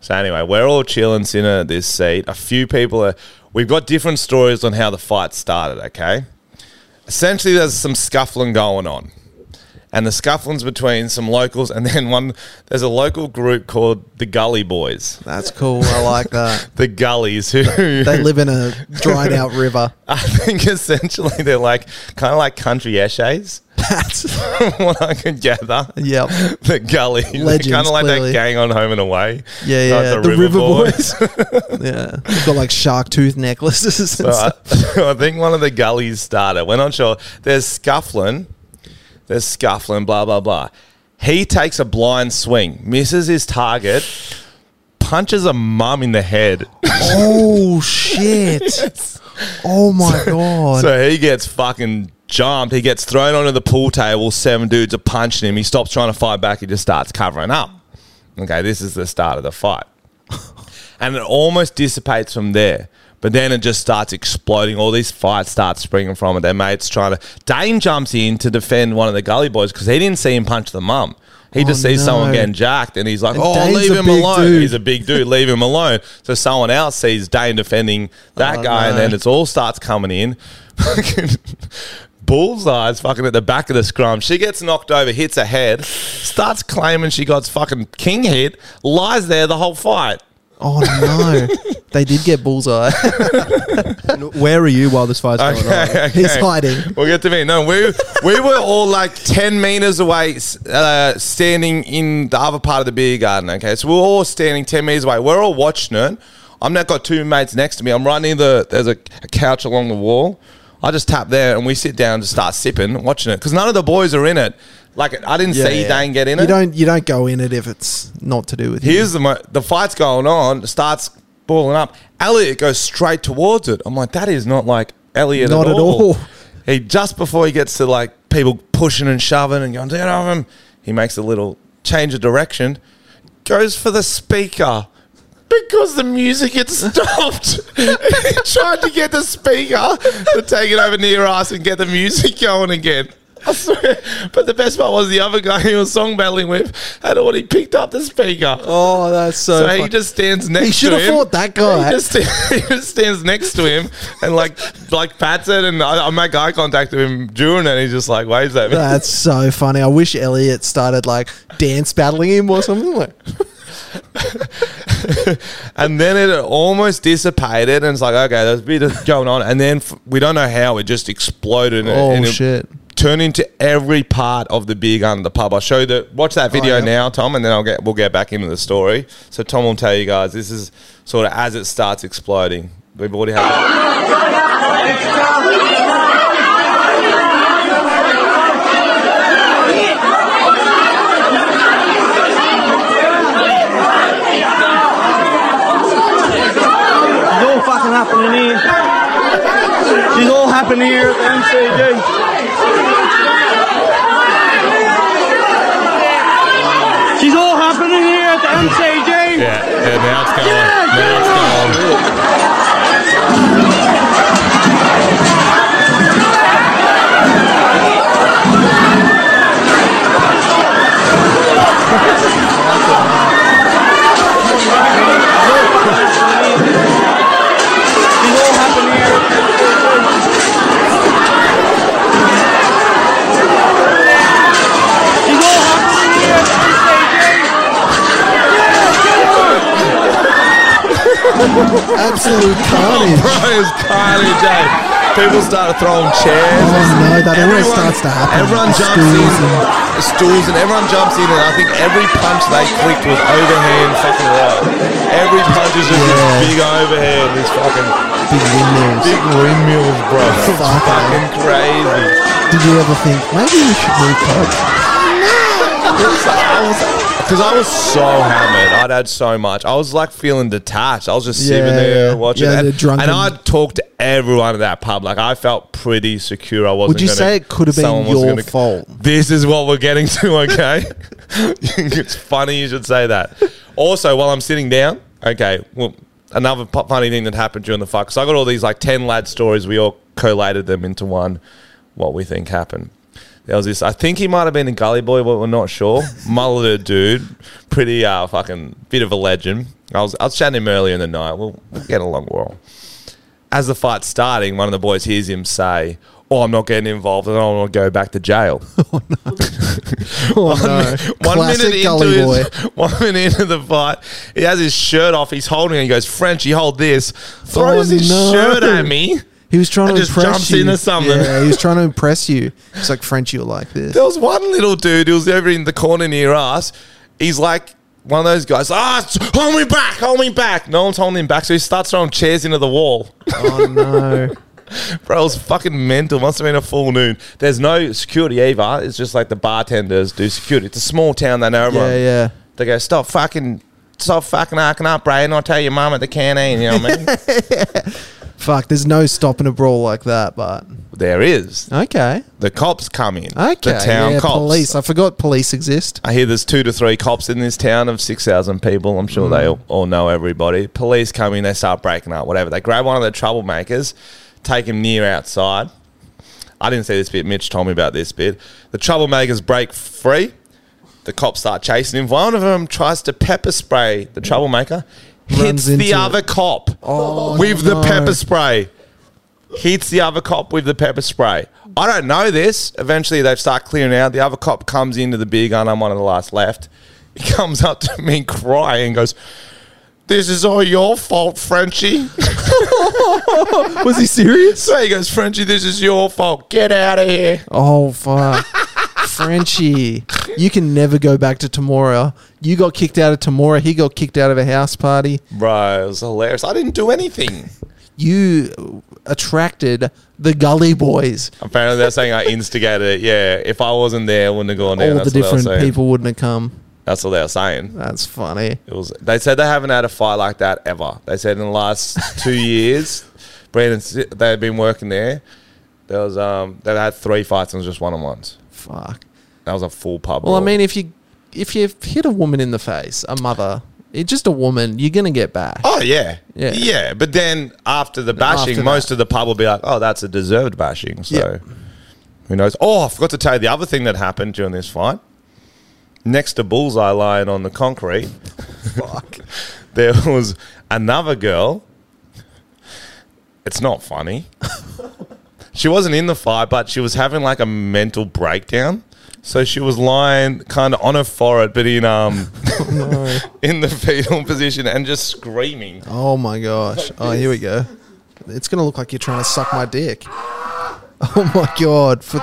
Speaker 1: So anyway, we're all chilling, sitting at this seat. A few people are. We've got different stories on how the fight started. Okay, essentially, there's some scuffling going on, and the scuffling's between some locals, and then one. There's a local group called the Gully Boys,
Speaker 2: That's cool. I like that.
Speaker 1: the Gullies, who
Speaker 2: They live in a dried out river.
Speaker 1: I think essentially they're like kind of like country eshays,
Speaker 2: That's
Speaker 1: from what I could gather.
Speaker 2: yep.
Speaker 1: The Gully,
Speaker 2: Legends,
Speaker 1: kind of like
Speaker 2: clearly.
Speaker 1: that gang on Home and Away.
Speaker 2: Yeah,
Speaker 1: Like
Speaker 2: yeah. the, river, boys. yeah. They've got like shark tooth necklaces. And
Speaker 1: So
Speaker 2: stuff.
Speaker 1: I, I think one of the gullies started. We're not sure. There's scuffling. There's scuffling, blah, blah, blah. He takes a blind swing, misses his target, punches a mum in the head.
Speaker 2: Oh shit! Oh my god!
Speaker 1: so he gets fucking jumped. He gets thrown onto the pool table. Seven dudes are punching him. He stops trying to fight back. He just starts covering up. Okay, this is the start of the fight. and it almost dissipates from there. But then it just starts exploding. All these fights start springing from it. Their mates trying to. Dane jumps in to defend one of the gully boys because he didn't see him punch the mum. He just
Speaker 2: Oh,
Speaker 1: sees someone
Speaker 2: no.
Speaker 1: getting jacked and he's like,
Speaker 2: And
Speaker 1: "Oh,
Speaker 2: Dane's
Speaker 1: leave
Speaker 2: a
Speaker 1: him
Speaker 2: big
Speaker 1: alone."
Speaker 2: dude.
Speaker 1: He's a big dude. Leave him alone. So someone else sees Dane defending that
Speaker 2: Oh,
Speaker 1: guy, and
Speaker 2: no.
Speaker 1: then it's all starts coming in. Fucking bullseyes fucking at the back of the scrum. She gets knocked over, hits her head, starts claiming she got fucking king hit, lies there the whole fight.
Speaker 2: Oh no! they did get bullseye.
Speaker 3: And Where are you while this fight's
Speaker 2: Oh,
Speaker 3: going on?
Speaker 1: Okay,
Speaker 2: He's
Speaker 1: okay.
Speaker 2: hiding.
Speaker 1: We'll get to me. No, we we were all like ten meters away, s- uh, standing in the other part of the beer garden. Okay, so we're all standing ten meters away. We're all watching it. I'm now got two mates next to me. I'm right near the there's a, a couch along the wall. I just tap there and we sit down to start sipping, watching it because none of the boys are in it. Like I didn't see Dane get in
Speaker 2: You
Speaker 1: it.
Speaker 2: don't. You don't go in it if it's not to do with you.
Speaker 1: Here's the mo- the fight's going on, starts balling up. Elliot goes straight towards it. I'm like, that is not like Elliot
Speaker 2: Not
Speaker 1: at,
Speaker 2: at
Speaker 1: all.
Speaker 2: all.
Speaker 1: He just before he gets to like people pushing and shoving and going down on him, he makes a little change of direction, goes for the speaker. Because the music had stopped, he tried to get the speaker to take it over near us and get the music going again. I swear. But the best part was the other guy he was song battling with had already picked up the speaker.
Speaker 2: Oh, that's so.
Speaker 1: So he
Speaker 2: fu-
Speaker 1: just stands next.
Speaker 2: should
Speaker 1: to
Speaker 2: have
Speaker 1: him.
Speaker 2: fought that guy.
Speaker 1: He just, he just stands next to him and like like pats it, and I, I make eye contact with him during it. And he's just like waves at me.
Speaker 2: that's so funny. I wish Elliot started like dance battling him or something. Like,
Speaker 1: And then it almost dissipated, and it's like okay, there's a bit of going on, and then f- we don't know how it just exploded. and-
Speaker 2: oh
Speaker 1: and it
Speaker 2: shit!
Speaker 1: Turned into every part of the beer garden, the pub. I will show the watch that video
Speaker 2: Oh, yeah.
Speaker 1: now, Tom, and then I'll get we'll get back into the story. So Tom will tell you guys this is sort of as it starts exploding. We've already had.
Speaker 4: It's all fucking happening here. It's all happening here at the MCG. She's all happening here at the MCG.
Speaker 1: Yeah, yeah, now it's going. Now it's going.
Speaker 4: She's all happening here. She's all happening here at the MCG.
Speaker 2: Absolute carnage.
Speaker 1: Oh, Bro, it's carnage, eh? People started throwing chairs.
Speaker 2: Oh, no, that always starts to happen.
Speaker 1: Everyone jumps
Speaker 2: Stools
Speaker 1: in. Stools and everyone jumps in, and I think every punch they clicked was overhand fucking right. Every punch is just this
Speaker 2: Yeah.
Speaker 1: big overhand, this fucking
Speaker 2: Big windmills.
Speaker 1: big windmills, bro. It's
Speaker 2: Fuck, eh?
Speaker 1: fucking crazy.
Speaker 2: Did you ever think maybe we should move clubs?
Speaker 1: Because Because I was so hammered. I'd had so much. I was like feeling detached. I was just sitting
Speaker 2: Yeah,
Speaker 1: there
Speaker 2: yeah.
Speaker 1: watching
Speaker 2: Yeah,
Speaker 1: it.
Speaker 2: the drunken-
Speaker 1: And I'd talk to everyone at that pub. Like, I felt pretty secure I wasn't
Speaker 2: Would you
Speaker 1: gonna-
Speaker 2: say it could have been
Speaker 1: someone was
Speaker 2: your
Speaker 1: gonna-
Speaker 2: fault?
Speaker 1: This is what we're getting to, okay? it's funny you should say that. Also, while I'm sitting down, okay, well, another pu- funny thing that happened during the fight. Because I got all these like 10 lad stories. We all collated them into one, what we think happened. There was this, I think he might have been a gully boy, but we're not sure. Mulleted dude, pretty uh, fucking bit of a legend. I was, I was chatting him earlier in the night. We'll, we'll get along well as the fight's starting, one of the boys hears him say, "Oh, I'm not getting involved, and I want to go back to jail."
Speaker 2: Oh, no.
Speaker 1: one minute
Speaker 2: Classic
Speaker 1: into
Speaker 2: gully boy.
Speaker 1: his, one minute into the fight, he has his shirt off. He's holding it. He goes, "Frenchie, hold this." Throws
Speaker 2: Oh,
Speaker 1: his
Speaker 2: no.
Speaker 1: shirt at me.
Speaker 2: He was trying
Speaker 1: and
Speaker 2: to
Speaker 1: just
Speaker 2: impress
Speaker 1: jumps
Speaker 2: you.
Speaker 1: into something.
Speaker 2: Yeah, he was trying to impress you. It's like French, you're like this.
Speaker 1: There was one little dude who was over in the corner near us. He's like one of those guys. Ah, hold me back, hold me back. No one's holding him back, so he starts throwing chairs into the wall.
Speaker 2: Oh no!
Speaker 1: Bro, it was fucking mental. Must have been a full noon. There's no security either. It's just like the bartenders do security. It's a small town. They know everyone.
Speaker 2: Yeah, yeah.
Speaker 1: They go, stop fucking, stop fucking acting up, Brad, and I'll tell your mum at the canteen. You know what I mean?
Speaker 2: Fuck. There's no stopping a brawl like that, but
Speaker 1: there is.
Speaker 2: okay,
Speaker 1: The cops come in.
Speaker 2: okay.
Speaker 1: The town
Speaker 2: yeah,
Speaker 1: cops.
Speaker 2: police. I forgot police exist.
Speaker 1: I hear there's two to three cops in this town of 6,000 people. I'm sure
Speaker 2: Mm.
Speaker 1: they all, all know everybody. Police come in, they start breaking up, whatever. They grab one of the troublemakers, take him near outside. I didn't see this bit. Mitch told me about this bit. The troublemakers break free. The cops start chasing him. One of them tries to pepper spray the troublemaker,
Speaker 2: Runs
Speaker 1: hits the
Speaker 2: into
Speaker 1: other cop
Speaker 2: Oh,
Speaker 1: with
Speaker 2: no.
Speaker 1: the pepper spray hits the other cop with the pepper spray. I don't know this. Eventually, they start clearing out. The other cop comes into the big gun. I'm one of the last left. He comes up to me crying and goes, This is all your fault, Frenchie.
Speaker 2: Was he serious?
Speaker 1: so he goes, Frenchie, this is your fault. Get out of here.
Speaker 2: Oh fuck. Frenchie, you can never go back to Tamora. You got kicked out of Tamora. He got kicked out of a house party.
Speaker 1: Bro, it was hilarious. I didn't do anything.
Speaker 2: You attracted the gully boys.
Speaker 1: Apparently, they're saying I instigated it. Yeah, if I wasn't there, I wouldn't have gone down. That's
Speaker 2: All the
Speaker 1: what they were
Speaker 2: different
Speaker 1: saying.
Speaker 2: people wouldn't have come.
Speaker 1: That's what they were saying.
Speaker 2: That's funny.
Speaker 1: It was. They said they haven't had a fight like that ever. They said in the last two years, Brandon, they had been working there. There was um, they had three fights and it was just one on ones.
Speaker 2: Fuck.
Speaker 1: That was a full pub.
Speaker 2: Well, I
Speaker 1: brawl.
Speaker 2: mean, if you if you hit a woman in the face, a mother, it, just a woman, you're gonna get back.
Speaker 1: Oh yeah.
Speaker 2: Yeah.
Speaker 1: yeah, But then after the bashing,
Speaker 2: After
Speaker 1: most
Speaker 2: that.
Speaker 1: of the pub will be like, "Oh, that's a deserved bashing." So,
Speaker 2: Yeah.
Speaker 1: who knows? Oh, I forgot to tell you the other thing that happened during this fight. Next to Bullseye lying on the concrete, fuck, there was another girl. It's not funny. she wasn't in the fight, but she was having like a mental breakdown. So she was lying kind of on her forehead, but in um,
Speaker 2: Oh,
Speaker 1: in the fetal position and just screaming.
Speaker 2: Oh my gosh! Oh, here we go. It's gonna look like you're trying to suck my dick. Oh my god! For,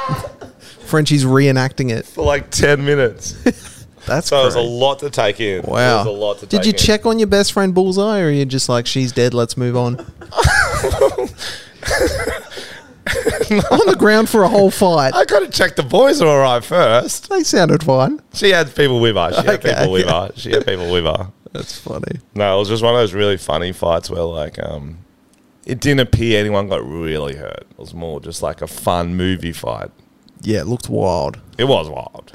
Speaker 2: Frenchie's reenacting it.
Speaker 1: for like 10 minutes.
Speaker 2: That's
Speaker 1: So it was a
Speaker 2: great.
Speaker 1: lot to take in. It
Speaker 2: wow.
Speaker 1: was a lot to
Speaker 2: Did
Speaker 1: take
Speaker 2: you
Speaker 1: in.
Speaker 2: check on your best friend Bullseye, or are you just like she's dead? Let's move on. on the ground for a whole fight.
Speaker 1: I got to check the boys are all right first.
Speaker 2: They sounded fine.
Speaker 1: She had people with her. She had
Speaker 2: Okay,
Speaker 1: people with
Speaker 2: okay.
Speaker 1: her. She had people with her.
Speaker 2: That's funny.
Speaker 1: No, it was just one of those really funny fights where, like, um, it didn't appear anyone got really hurt. It was more just like a fun movie fight.
Speaker 2: Yeah, it looked wild.
Speaker 1: It was wild.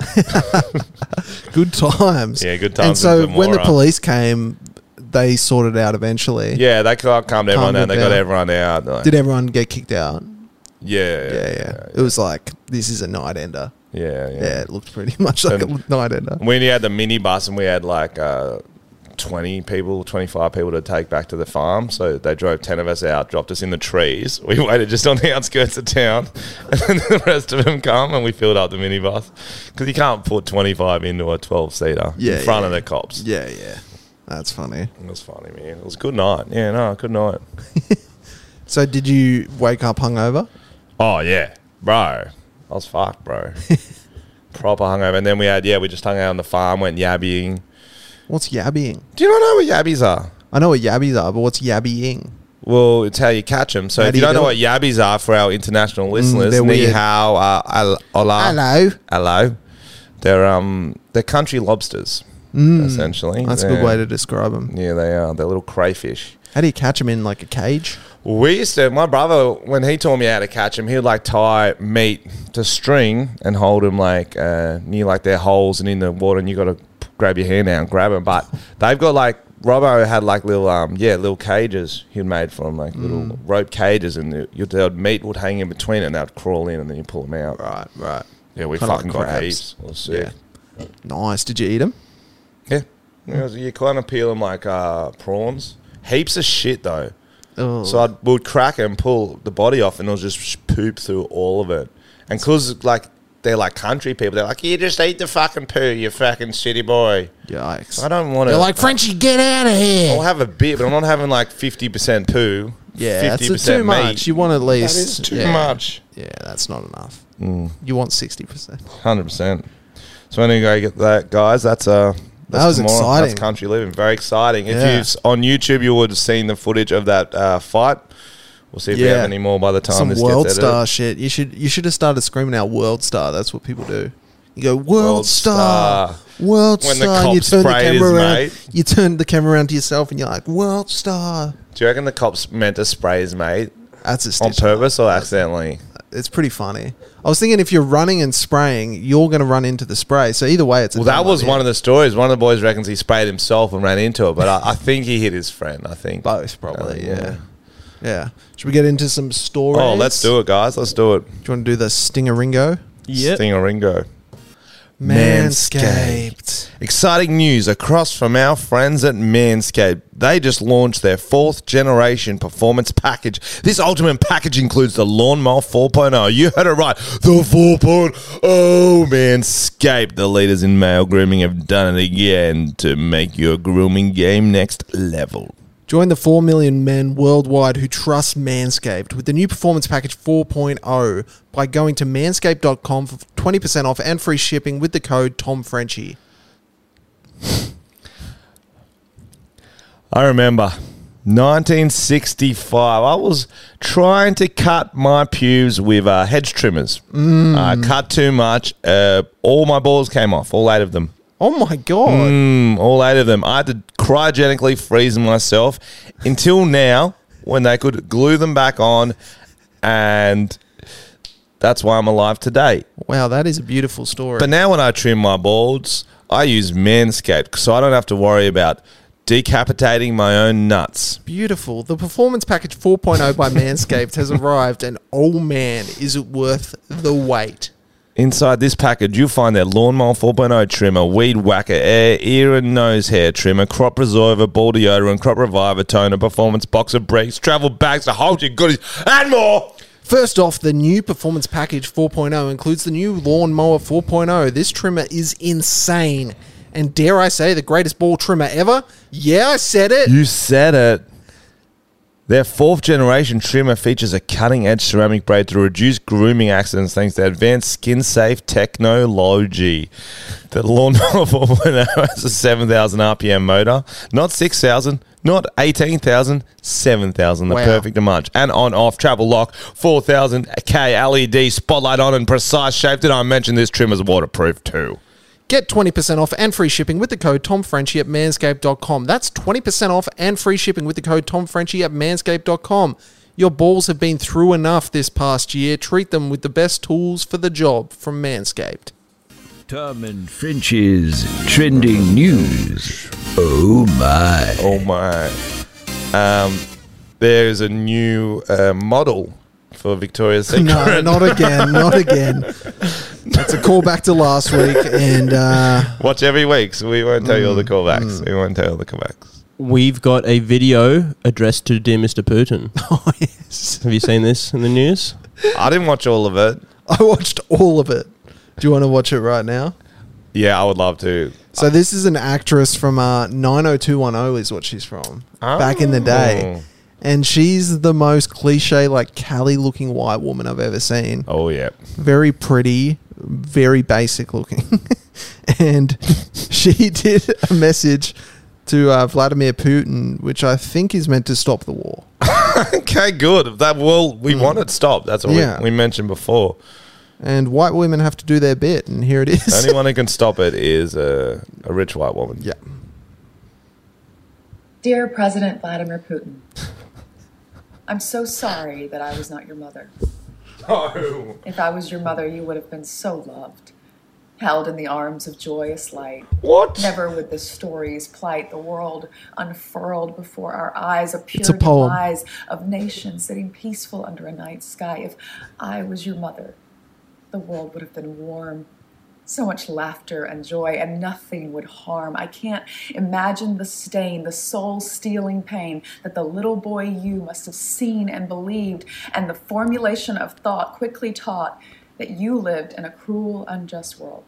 Speaker 2: Good times.
Speaker 1: Yeah, good
Speaker 2: And
Speaker 1: times
Speaker 2: so
Speaker 1: in
Speaker 2: when the
Speaker 1: Zamora.
Speaker 2: police came, they sorted out eventually.
Speaker 1: yeah, they calmed everyone
Speaker 2: Calmed
Speaker 1: down.
Speaker 2: it
Speaker 1: They got
Speaker 2: down.
Speaker 1: everyone out. Like,
Speaker 2: Did everyone get kicked out?
Speaker 1: yeah,
Speaker 2: Yeah, yeah. It was like this is a night ender.
Speaker 1: yeah, yeah.
Speaker 2: Yeah, it looked pretty much like
Speaker 1: And-
Speaker 2: a night ender.
Speaker 1: We only had the mini bus and we had like uh, 20 people, 25 people to take back to the farm. So they drove 10 of us out, dropped us in the trees. We waited just on the outskirts of town. And then the rest of them come and we filled up the mini bus. Because you can't put 25 into a 12 seater
Speaker 2: Yeah,
Speaker 1: in front
Speaker 2: yeah.
Speaker 1: of the cops.
Speaker 2: Yeah, yeah. That's funny.
Speaker 1: It was funny, man. It was a good night. Yeah, no, good night.
Speaker 2: So did you wake up hungover?
Speaker 1: Oh yeah, bro. I was fucked, bro. Proper hungover. And then we had, yeah, we just hung out on the farm, went yabbying.
Speaker 2: What's yabbying?
Speaker 1: Do you not know what yabbies are?
Speaker 2: I know what yabbies are, but what's yabbying?
Speaker 1: Well, it's how you catch them. So
Speaker 2: How
Speaker 1: if
Speaker 2: do
Speaker 1: you
Speaker 2: you
Speaker 1: don't know
Speaker 2: do Mm,
Speaker 1: what yabbies are for our international listeners,
Speaker 2: they're
Speaker 1: ni
Speaker 2: weird.
Speaker 1: hao, uh, al- hola,
Speaker 2: Hello.
Speaker 1: hello. They're um, they're country lobsters. essentially.
Speaker 2: Mm, That's a
Speaker 1: Yeah.
Speaker 2: good way to describe them.
Speaker 1: Yeah, they are. They're little crayfish.
Speaker 2: How do you catch them in like a cage?
Speaker 1: We used to, my brother, when he taught me how to catch him, he'd like tie meat to string and hold him like uh, near like their holes and in the water, and you got to grab your hand out and grab him. But they've got like, Robbo had like little, um, yeah, little cages he'd made for them, like
Speaker 2: Mm.
Speaker 1: little rope cages, and the, you'd, they'd, meat would hang in between it and they'd crawl in and then you pull them out.
Speaker 2: Right, right.
Speaker 1: Yeah, we
Speaker 2: Kinda like
Speaker 1: fucking got
Speaker 2: crabs.
Speaker 1: heaps. It was sick.
Speaker 2: Yeah. Nice. Did you eat them?
Speaker 1: Yeah. It was- you kind of peel them like uh, prawns. Heaps of shit though.
Speaker 2: Oh.
Speaker 1: So I would crack and pull the body off, and it was just sh- poop through all of it. And cause like they're like country people, they're like, "You just eat the fucking poo, you fucking city boy."
Speaker 2: Yikes.
Speaker 1: I don't want to.
Speaker 2: They're like, Frenchie, get out of
Speaker 1: I'll
Speaker 2: here.
Speaker 1: have a bit, but I'm not having like fifty percent poo.
Speaker 2: Yeah, that's
Speaker 1: 50%
Speaker 2: too
Speaker 1: meat.
Speaker 2: much. You want at
Speaker 1: That
Speaker 2: least.
Speaker 1: is too
Speaker 2: yeah.
Speaker 1: much.
Speaker 2: Yeah, that's not enough.
Speaker 1: Mm.
Speaker 2: You want 60%.
Speaker 1: Hundred percent. So anyway, get that, guys. That's uh that's
Speaker 2: That was
Speaker 1: tomorrow.
Speaker 2: exciting.
Speaker 1: That's country living. Very exciting. If
Speaker 2: Yeah.
Speaker 1: you've on YouTube, you would have seen the footage of that uh, fight. We'll see if we
Speaker 2: Yeah.
Speaker 1: have any more by the time
Speaker 2: Some
Speaker 1: this
Speaker 2: world
Speaker 1: gets edited.
Speaker 2: star shit. You should you should have started screaming out world star. That's what people do. You go world, star,
Speaker 1: star."
Speaker 2: world
Speaker 1: When the
Speaker 2: star. and you
Speaker 1: cops
Speaker 2: turn the
Speaker 1: parade is
Speaker 2: camera around.
Speaker 1: made.
Speaker 2: You turn the camera around to yourself and you're like world star.
Speaker 1: Do you reckon the cops meant to spray his mate
Speaker 2: That's a
Speaker 1: on
Speaker 2: stitch.
Speaker 1: purpose or accidentally?
Speaker 2: It's pretty funny. I was thinking if you're running and spraying, you're going to run into the spray. So either way, it's a
Speaker 1: Well, that
Speaker 2: dumb
Speaker 1: was
Speaker 2: idea.
Speaker 1: one of the stories. One of the boys reckons he sprayed himself and ran into it, but I, I think he hit his friend. I think
Speaker 2: both probably.
Speaker 1: Uh,
Speaker 2: yeah. yeah, Should we get into some stories?
Speaker 1: Oh, let's do it, guys. Let's do it.
Speaker 2: Do you want to do the stingaringo?
Speaker 1: Sting Stinger Ringo. Manscaped. Exciting news across from our friends at Manscaped. They just launched their fourth generation performance package. This ultimate package includes the Lawnmower 4.0. You heard it right. The 4.0 Manscaped. The leaders in male grooming have done it again to make your grooming game next level.
Speaker 2: Join the 4 million men worldwide who trust Manscaped with the new Performance Package 4.0 by going to manscaped.com for 20% off and free shipping with the code TOMFRENCHIE.
Speaker 1: I remember 1965. I was trying to cut my pubes with uh, hedge trimmers. I cut too much. Uh, all my balls came off, all eight of them.
Speaker 2: Oh my God.
Speaker 1: Mm, all eight of them. I had to cryogenically freeze myself until now when they could glue them back on. And that's why I'm alive today.
Speaker 2: Wow, that is a beautiful story.
Speaker 1: But now when I trim my balls, I use Manscaped so I don't have to worry about decapitating my own nuts.
Speaker 2: beautiful. The Performance Package 4.0 by Manscaped has arrived, and oh man, is it worth the wait?
Speaker 1: Inside this package, you'll find their Lawnmower 4.0 trimmer, Weed Whacker, Air, Ear and Nose Hair Trimmer, Crop Preserver, Ball Deodorant, Crop Reviver Toner, Performance Boxer Breaks, Travel Bags to hold your goodies, and more!
Speaker 2: First off, the new Performance Package 4.0 includes the new Lawn Mower 4.0. This trimmer is insane. And dare I say, the greatest ball trimmer ever? Yeah, I said it.
Speaker 1: You said it. Their fourth generation trimmer features a cutting edge ceramic braid to reduce grooming accidents thanks to advanced skin safe technology. The Lawnmower 4.0 has a 7,000 RPM motor, not 6,000, not 18,000, 7,000, the
Speaker 2: Wow.
Speaker 1: perfect amount. And on off travel lock, 4,000K LED E spotlight on and precise shape. Did I mention this trimmer's waterproof too?
Speaker 2: Get 20% off and free shipping with the code TomFrenchie at manscaped.com. That's 20% off and free shipping with the code TomFrenchie at manscaped.com. Your balls have been through enough this past year. Treat them with the best tools for the job from Manscaped.
Speaker 5: Tom and French's trending news. Oh my.
Speaker 1: Oh my! Um, there is a new uh, model for Victoria's Secret.
Speaker 2: No, not again. Not again. That's a callback to last week. And uh,
Speaker 1: Watch every week, so we won't tell you all
Speaker 2: Mm.
Speaker 1: the callbacks. We won't tell you all the callbacks.
Speaker 3: We've got a video addressed to dear Mr. Putin.
Speaker 2: oh, yes.
Speaker 3: Have you seen this in the news?
Speaker 1: I didn't watch all of it.
Speaker 2: I watched all of it. Do you want to watch it right now?
Speaker 1: Yeah, I would love to.
Speaker 2: So this is an actress from uh, 90210 is what she's from back in the day. And she's the most cliche, like Cali looking white woman I've ever seen.
Speaker 1: Oh yeah,
Speaker 2: Very pretty, very basic looking. and she did a message to uh, Vladimir Putin, which I think is meant to stop the war.
Speaker 1: okay, good. That will we want it stopped. That's what
Speaker 2: Mm. Yeah.
Speaker 1: we, we mentioned before.
Speaker 2: and white women have to do their bit, and here it is.
Speaker 1: The only one who can stop it is a, a rich white woman.
Speaker 2: yeah.
Speaker 6: Dear President Vladimir Putin, I'm so sorry that I was not your mother.
Speaker 1: Oh.
Speaker 6: If I was your mother, you would have been so loved, held in the arms of joyous light.
Speaker 1: What?
Speaker 6: Never would the stories plight the world unfurled before our eyes, a pure
Speaker 2: It's a poem.
Speaker 6: devise of nations sitting peaceful under a night sky. If I was your mother, the world would have been warm. So much laughter and joy, and nothing would harm. I can't imagine the stain, the soul stealing pain that the little boy you must have seen and believed, and the formulation of thought quickly taught that you lived in a cruel, unjust world.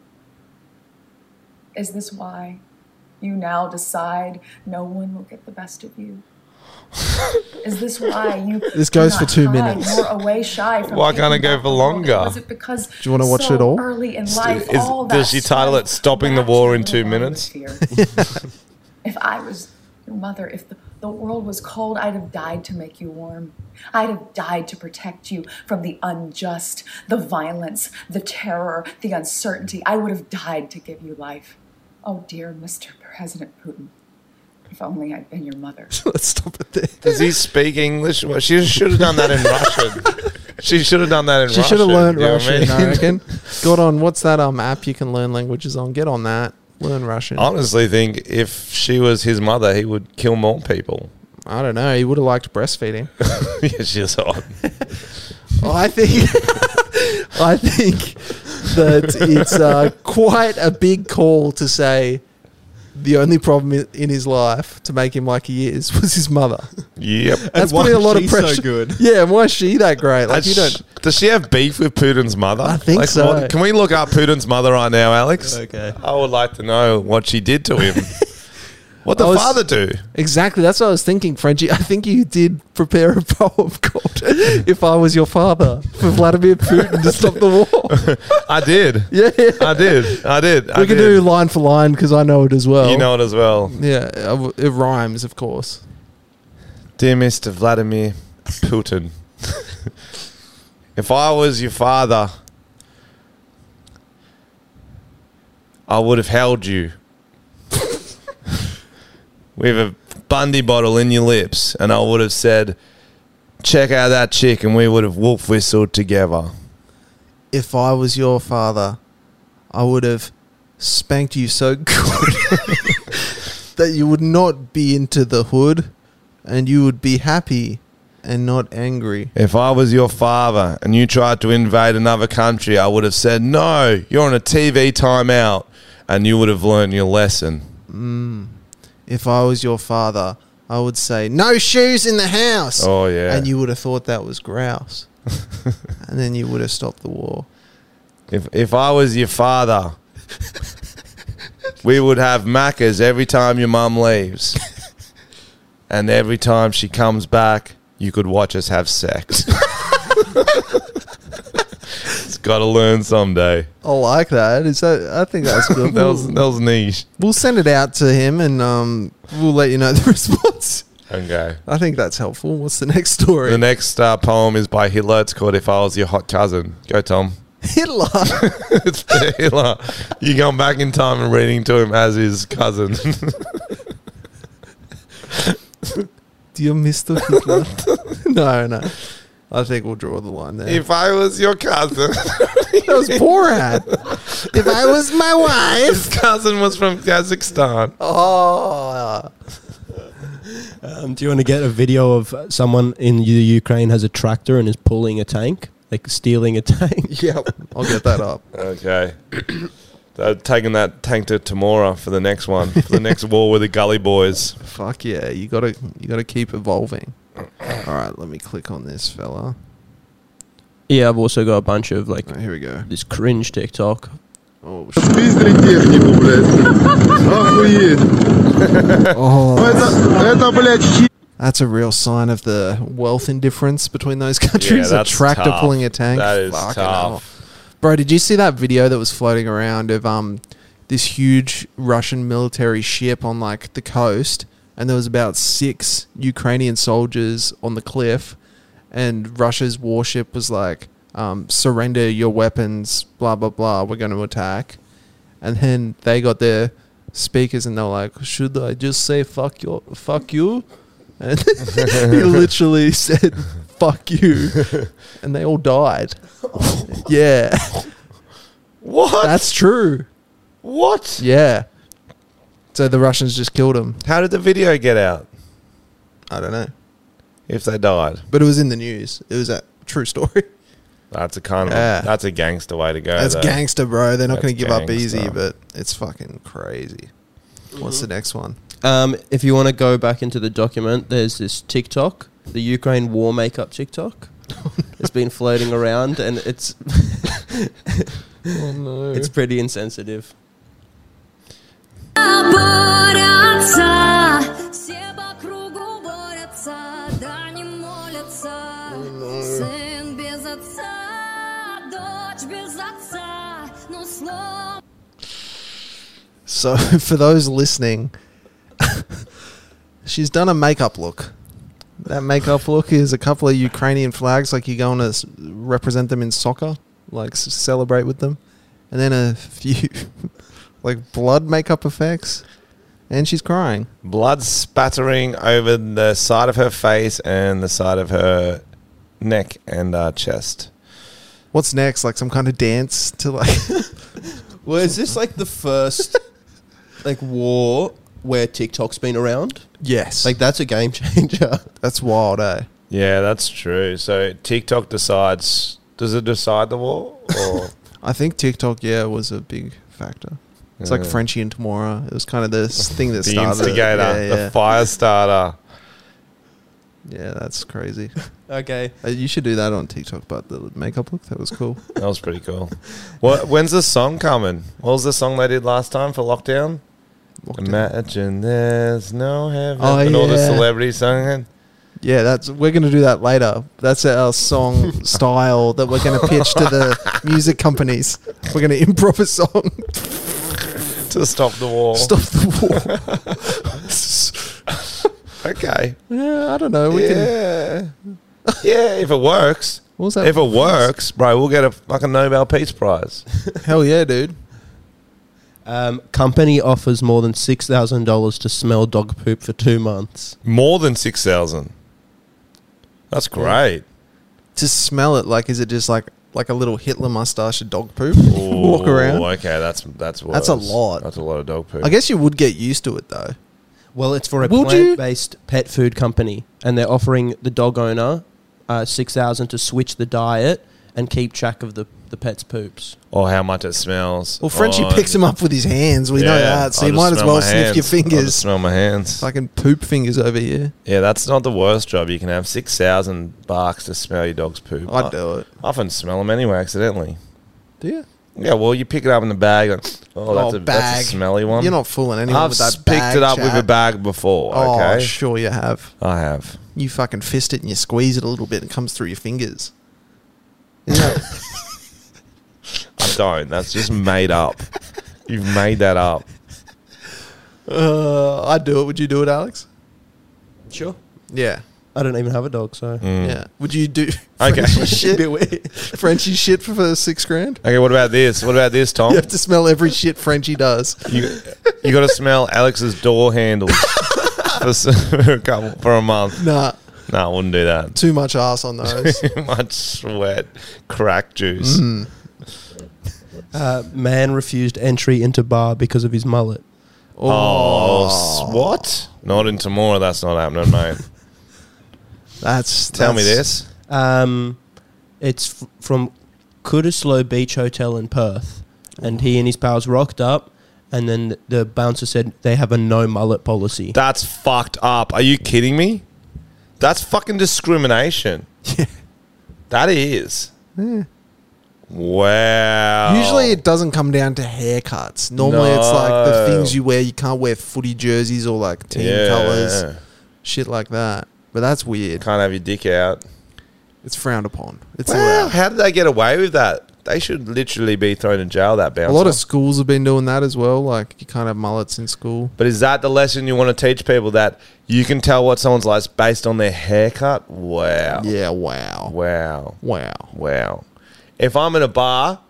Speaker 6: Is this why you now decide no one will get the best of you? Is this why you
Speaker 2: This
Speaker 6: do
Speaker 2: goes for
Speaker 6: not
Speaker 2: two
Speaker 6: hide
Speaker 2: minutes.
Speaker 6: nor away shy from
Speaker 1: Why can't it
Speaker 6: picking
Speaker 1: go
Speaker 6: up
Speaker 1: for
Speaker 6: the
Speaker 1: longer?
Speaker 6: world? Was it because do
Speaker 2: you wanna watch it all?
Speaker 6: Early in life,
Speaker 1: is-
Speaker 6: all
Speaker 1: does
Speaker 6: that
Speaker 1: she title it
Speaker 6: strife
Speaker 1: Stopping the
Speaker 6: wrapped
Speaker 1: War in
Speaker 6: you
Speaker 1: Two
Speaker 6: around
Speaker 1: Minutes?
Speaker 6: with fear. if I was your mother, if the, the world was cold, I'd have died to make you warm. I'd have died to protect you from the unjust, the violence, the terror, the uncertainty. I would have died to give you life. Oh, dear Mr. President Putin, if only I'd been your mother.
Speaker 2: Let's stop it there.
Speaker 1: Does he speak English? Well, she should have done that in Russian. She should have done that in
Speaker 2: She
Speaker 1: Russian.
Speaker 2: should have learned
Speaker 1: you know what I
Speaker 2: Russian, I
Speaker 1: mean?
Speaker 2: reckon. Got on, what's that um app you can learn languages on? Get on that. Learn Russian.
Speaker 1: I honestly think if she was his mother, he would kill more people.
Speaker 2: I don't know. He would have liked breastfeeding.
Speaker 1: yeah, she's hot.
Speaker 2: I think I think that it's uh, quite a big call to say the only problem i- in his life to make him like he is was his mother.
Speaker 1: Yep.
Speaker 2: That's
Speaker 7: why
Speaker 2: putting a lot of
Speaker 7: she's so
Speaker 2: pressure.
Speaker 7: good.
Speaker 2: Yeah, and why is she that great? Like
Speaker 1: That's-
Speaker 2: you don't.
Speaker 1: does she have beef with Putin's mother? I
Speaker 2: think so.
Speaker 1: can we look up Putin's mother right now, Alex?
Speaker 7: Okay.
Speaker 1: I would like to know what she did to him. what the
Speaker 2: I was-
Speaker 1: father do?
Speaker 2: Exactly. That's what I was thinking, Frenchie. I think you did prepare a poem called "If I Was Your Father" for Vladimir Putin to stop the war.
Speaker 1: I did.
Speaker 2: Yeah.
Speaker 1: I did. I did.
Speaker 2: we can do line for line because I know it as well.
Speaker 1: You know it as well.
Speaker 2: Yeah, I w- it rhymes, of course.
Speaker 1: Dear Mr. Vladimir Putin, if I was your father, I would have held you with a Bundy bottle in your lips, and I would have said, Check out that chick, and we would have wolf whistled together.
Speaker 2: if I was your father, I would have spanked you so good that you would not be into the hood and you would be happy and not angry.
Speaker 1: If I was your father and you tried to invade another country, I would have said, No, you're on a TV timeout, and you would have learned your lesson.
Speaker 2: If I was your father, I would say, No shoes in the house.
Speaker 1: Oh, yeah.
Speaker 2: And you would have thought that was grouse. and then you would have stopped the war.
Speaker 1: If if I was your father, we would have macas every time your mum leaves, and every time she comes back, you could watch us have sex. it's got to learn someday.
Speaker 2: I like that. Is that I think that's good.
Speaker 1: That was that was niche.
Speaker 2: we'll send it out to him and um, we'll let you know the response.
Speaker 1: Okay.
Speaker 2: I think that's helpful. What's the next story?
Speaker 1: The next uh, poem is by Hitler. It's called "If I Was Your Hot Cousin." Go, Tom.
Speaker 2: Hitler.
Speaker 1: it's by Hitler. You going back in time and reading to him as his cousin.
Speaker 2: Dear Mr. Hitler. no, no. I think we'll draw the line there.
Speaker 1: if I was your cousin.
Speaker 2: that was Borat. if I was my wife.
Speaker 1: His cousin was from Kazakhstan.
Speaker 2: Oh.
Speaker 3: Um, do you want to get a video of uh, someone in the Ukraine has a tractor and is pulling a tank, like stealing a tank?
Speaker 2: Yep. I'll get that up.
Speaker 1: Okay. They're taking that tank to Tamora for the next one, for the next war with the Gully Boys.
Speaker 2: Fuck yeah. You gotta you gotta keep evolving. Alright, let me click on this fella.
Speaker 3: Yeah, I've also got a bunch of like
Speaker 2: All right, here we go.
Speaker 3: this cringe TikTok.
Speaker 2: Oh, sh-
Speaker 8: Пиздри технику, блядь. Охуеть. Это, это, блядь, хи...
Speaker 2: that's a real sign of the wealth indifference between those countries. a tractor pulling a tank.
Speaker 1: That is
Speaker 2: Fucking hell.
Speaker 1: tough.
Speaker 2: Bro, did you see that video that was floating around of um this huge Russian military ship on like the coast and there was about 6 Ukrainian soldiers on the cliff and Russia's warship was like um, surrender your weapons, blah, blah, blah, we're going to attack. And then they got their speakers and they're like, should I just say fuck, your, fuck you? And he literally said, fuck you. And they all died. yeah.
Speaker 1: What?
Speaker 2: That's true.
Speaker 1: what?
Speaker 2: Yeah. So the Russians just killed him.
Speaker 1: How did the video get out
Speaker 2: I don't know.
Speaker 1: if they died?
Speaker 2: But it was in the news. It was a true story.
Speaker 1: That's a kind of
Speaker 2: Yeah.
Speaker 1: that's a gangster way to go.
Speaker 2: That's
Speaker 1: though.
Speaker 2: gangster, bro. They're not
Speaker 1: That's
Speaker 2: going to give up
Speaker 1: gangster.
Speaker 2: easy, but it's fucking crazy. What's the next one?
Speaker 3: Um, if you want to go back into the document, there's this TikTok, the Ukraine war makeup TikTok. it's been floating around, and it's
Speaker 2: Oh, no.
Speaker 3: it's pretty insensitive.
Speaker 7: борются, все по кругу борются, да не молятся. Сын без отца, дочь без отца, но слово
Speaker 2: So, for those listening, she's done a makeup look. That makeup look is a couple of Ukrainian flags, like you're going to s- represent them in soccer, like s- celebrate with them, and then a few like blood makeup effects, and she's crying.
Speaker 1: Blood spattering over the side of her face and the side of her neck and uh, chest.
Speaker 2: What's next? Like some kind of dance to like
Speaker 3: Well, is this like the first like war where TikTok's been around?
Speaker 2: yes,
Speaker 3: Like
Speaker 2: like
Speaker 3: that's a game changer.
Speaker 2: that's wild, eh?
Speaker 1: Yeah, that's true. So TikTok decides. Does it decide the war? Or
Speaker 2: I think TikTok, yeah, was a big factor. It's like
Speaker 1: Yeah.
Speaker 2: Frenchie and Tamora. It was kind of this thing that
Speaker 1: the
Speaker 2: started. it.
Speaker 1: instigator,
Speaker 2: Yeah, yeah.
Speaker 1: the fire starter.
Speaker 2: Yeah, that's crazy.
Speaker 3: okay.
Speaker 2: Uh, you should do that on TikTok, but the makeup look, that was cool.
Speaker 1: That was pretty cool. What? When's the song coming? What was the song they did last time for lockdown?
Speaker 2: Lockdown.
Speaker 1: Imagine there's no heaven.
Speaker 2: Oh,
Speaker 1: and all the
Speaker 2: yeah.
Speaker 1: celebrities singing.
Speaker 2: Yeah, that's we're gonna do that later. That's our song style that we're gonna pitch to the music companies. We're gonna improv a song.
Speaker 1: to stop the war.
Speaker 2: Stop the
Speaker 1: Okay.
Speaker 2: war. yeah, I don't know. We can
Speaker 1: yeah. yeah, if it works.
Speaker 2: what was that?
Speaker 1: If it works, bro, we'll get a fucking Nobel Peace Prize.
Speaker 2: Hell yeah, dude.
Speaker 3: Um, company offers more than six thousand dollars to smell dog poop for two months.
Speaker 1: More than 6,000. That's great.
Speaker 2: To smell it, like is it just like like a little Hitler mustache of dog poop?
Speaker 1: Oh,
Speaker 2: Walk around.
Speaker 1: Ooh, Okay, that's that's
Speaker 2: That's a
Speaker 1: worse.
Speaker 2: lot.
Speaker 1: That's a lot of dog poop.
Speaker 2: I guess you would get used to it though.
Speaker 3: Well, it's for a
Speaker 2: Would you?
Speaker 3: plant-based pet food company, and they're offering the dog owner uh, six thousand to switch the diet and keep track of the, the pet's poops.
Speaker 1: or Oh, how much it smells.
Speaker 2: Well, Frenchie
Speaker 1: Oh,
Speaker 2: picks him up with his hands. We know
Speaker 1: yeah,
Speaker 2: that, so
Speaker 1: I
Speaker 2: you
Speaker 1: just
Speaker 2: might as
Speaker 1: smell
Speaker 2: well
Speaker 1: my
Speaker 2: sniff your
Speaker 1: hands. I just
Speaker 2: fingers.
Speaker 1: smell my hands.
Speaker 2: Fucking poop fingers over here.
Speaker 1: Yeah, that's not the worst job. You can have 6,000 barks to smell your dog's poop.
Speaker 2: I'd
Speaker 1: I
Speaker 2: do it.
Speaker 1: often smell them anyway, accidentally.
Speaker 2: Do you?
Speaker 1: Yeah, well, you pick it up in the bag. Like, oh, that's,
Speaker 2: Oh,
Speaker 1: a, that's a
Speaker 2: bag.
Speaker 1: smelly one.
Speaker 2: You're not fooling anyone
Speaker 1: I've
Speaker 2: with that
Speaker 1: picked
Speaker 2: bag
Speaker 1: it up with a
Speaker 2: chat.
Speaker 1: bag before.
Speaker 2: Oh,
Speaker 1: okay,
Speaker 2: sure you have.
Speaker 1: I have.
Speaker 2: You fucking fist it and you squeeze it a little bit and it comes through your fingers. Isn't that-
Speaker 1: I don't. That's just made up. You've made that up.
Speaker 2: uh, I'd do it. Would you do it, Alex?
Speaker 3: Sure.
Speaker 2: Yeah.
Speaker 3: I don't even have a dog, so
Speaker 2: Yeah. Would you do
Speaker 1: Mm. Okay.
Speaker 2: Frenchie shit? Frenchie shit for, for six grand?
Speaker 1: Okay, what about this? What about this, Tom?
Speaker 2: You have to smell every shit Frenchie does.
Speaker 1: You, you got to smell Alex's door handles for, s- for a couple for a month.
Speaker 2: Nah,
Speaker 1: No, I wouldn't do that.
Speaker 2: too much ass on those.
Speaker 1: Too much sweat, crack juice.
Speaker 2: Mm.
Speaker 3: uh, man refused entry into bar because of his mullet.
Speaker 1: Oh, s- what? Not in tomorrow. That's not happening, mate.
Speaker 2: That's
Speaker 1: Tell me
Speaker 2: that's-
Speaker 1: this.
Speaker 3: Um, it's f- from Kudaslow Beach Hotel in Perth, and he and his pals rocked up, and then th- the bouncer said they have a no mullet policy.
Speaker 1: That's fucked up. Are you kidding me? That's fucking discrimination. That is. Wow.
Speaker 2: Usually it doesn't come down to haircuts. Normally it's like the
Speaker 1: Oh. No.
Speaker 2: things you wear. You can't wear footy jerseys or like team
Speaker 1: Yeah.
Speaker 2: colors, shit like that. But that's weird.
Speaker 1: Can't have your dick out.
Speaker 2: It's frowned upon. It's
Speaker 1: Wow.
Speaker 2: allowed.
Speaker 1: How did they get away with that? They should literally be thrown in jail. That bouncer.
Speaker 2: A lot of schools have been doing that as well. Like you can't have mullets in school.
Speaker 1: but is that the lesson you want to teach people that you can tell what someone's like based on their haircut? Wow.
Speaker 2: Yeah. Wow.
Speaker 1: Wow.
Speaker 2: Wow.
Speaker 1: Wow. If I'm in a bar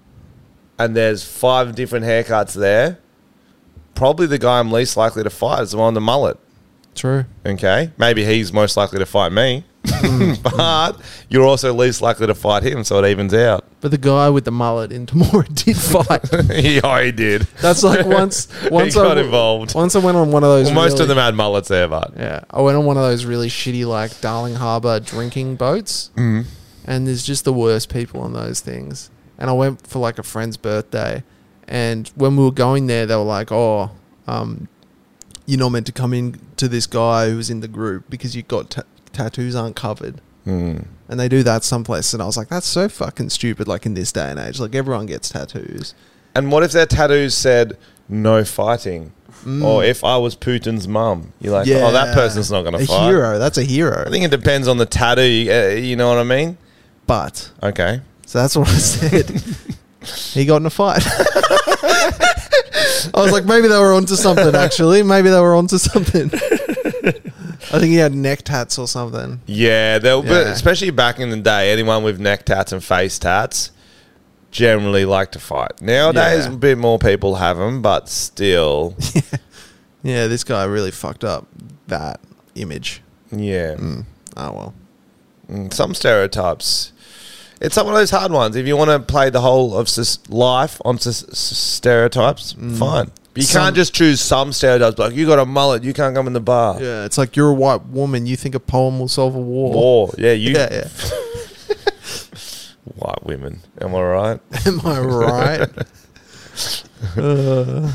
Speaker 1: and there's five different haircuts there, probably the guy I'm least likely to fight is the one with the mullet.
Speaker 2: True.
Speaker 1: Okay, maybe he's most likely to fight me, but you're also least likely to fight him, so it evens out.
Speaker 2: But the guy with the mullet in Tamora did fight.
Speaker 1: yeah, he did.
Speaker 2: That's like once once I
Speaker 1: got involved.
Speaker 2: Once I went on one of those.
Speaker 1: Well, most
Speaker 2: really-
Speaker 1: of them had mullets there, but
Speaker 2: Yeah, I went on one of those really shitty like Darling Harbour drinking boats, mm.
Speaker 1: Mm-hmm.
Speaker 2: and there's just the worst people on those things. And I went for like a friend's birthday, and when we were going there, they were like, "Oh, um, you're not meant to come in to this guy who's in the group because you got ta tattoos aren't covered."
Speaker 1: Mm.
Speaker 2: And they do that someplace, and I was like, "That's so fucking stupid!" Like in this day and age, like everyone gets tattoos.
Speaker 1: And what if their tattoos said "no fighting"?
Speaker 2: Mm.
Speaker 1: Or if I was Putin's mum, you're like, oh, that person's not going to
Speaker 2: a
Speaker 1: fight.
Speaker 2: hero. That's a hero.
Speaker 1: I think it depends on the tattoo. You, uh, you know what I mean?
Speaker 2: but
Speaker 1: Okay.
Speaker 2: So that's what I said. he got in a fight. I was like, maybe they were onto something, actually. Maybe they were onto something. I think he had neck tats or something.
Speaker 1: Yeah, they'll, but
Speaker 2: Yeah.
Speaker 1: especially back in the day, anyone with neck tats and face tats generally like to fight. Nowadays,
Speaker 2: Yeah.
Speaker 1: a bit more people have them, but still,
Speaker 2: Yeah, this guy really fucked up that image.
Speaker 1: yeah.
Speaker 2: Oh, well.
Speaker 1: Mm, Some stereotypes. It's some of those hard ones. If you want to play the whole of s- life on s- s- stereotypes, fine. But you
Speaker 2: Hmm. Some-
Speaker 1: can't just choose some stereotypes. Like you got a mullet, you can't come in the bar.
Speaker 2: Yeah, it's like you're a white woman. You think a poem will solve a war.
Speaker 1: War. Yeah, you
Speaker 2: Yeah, yeah.
Speaker 1: white women. Am I right?
Speaker 2: Am I right? Uh.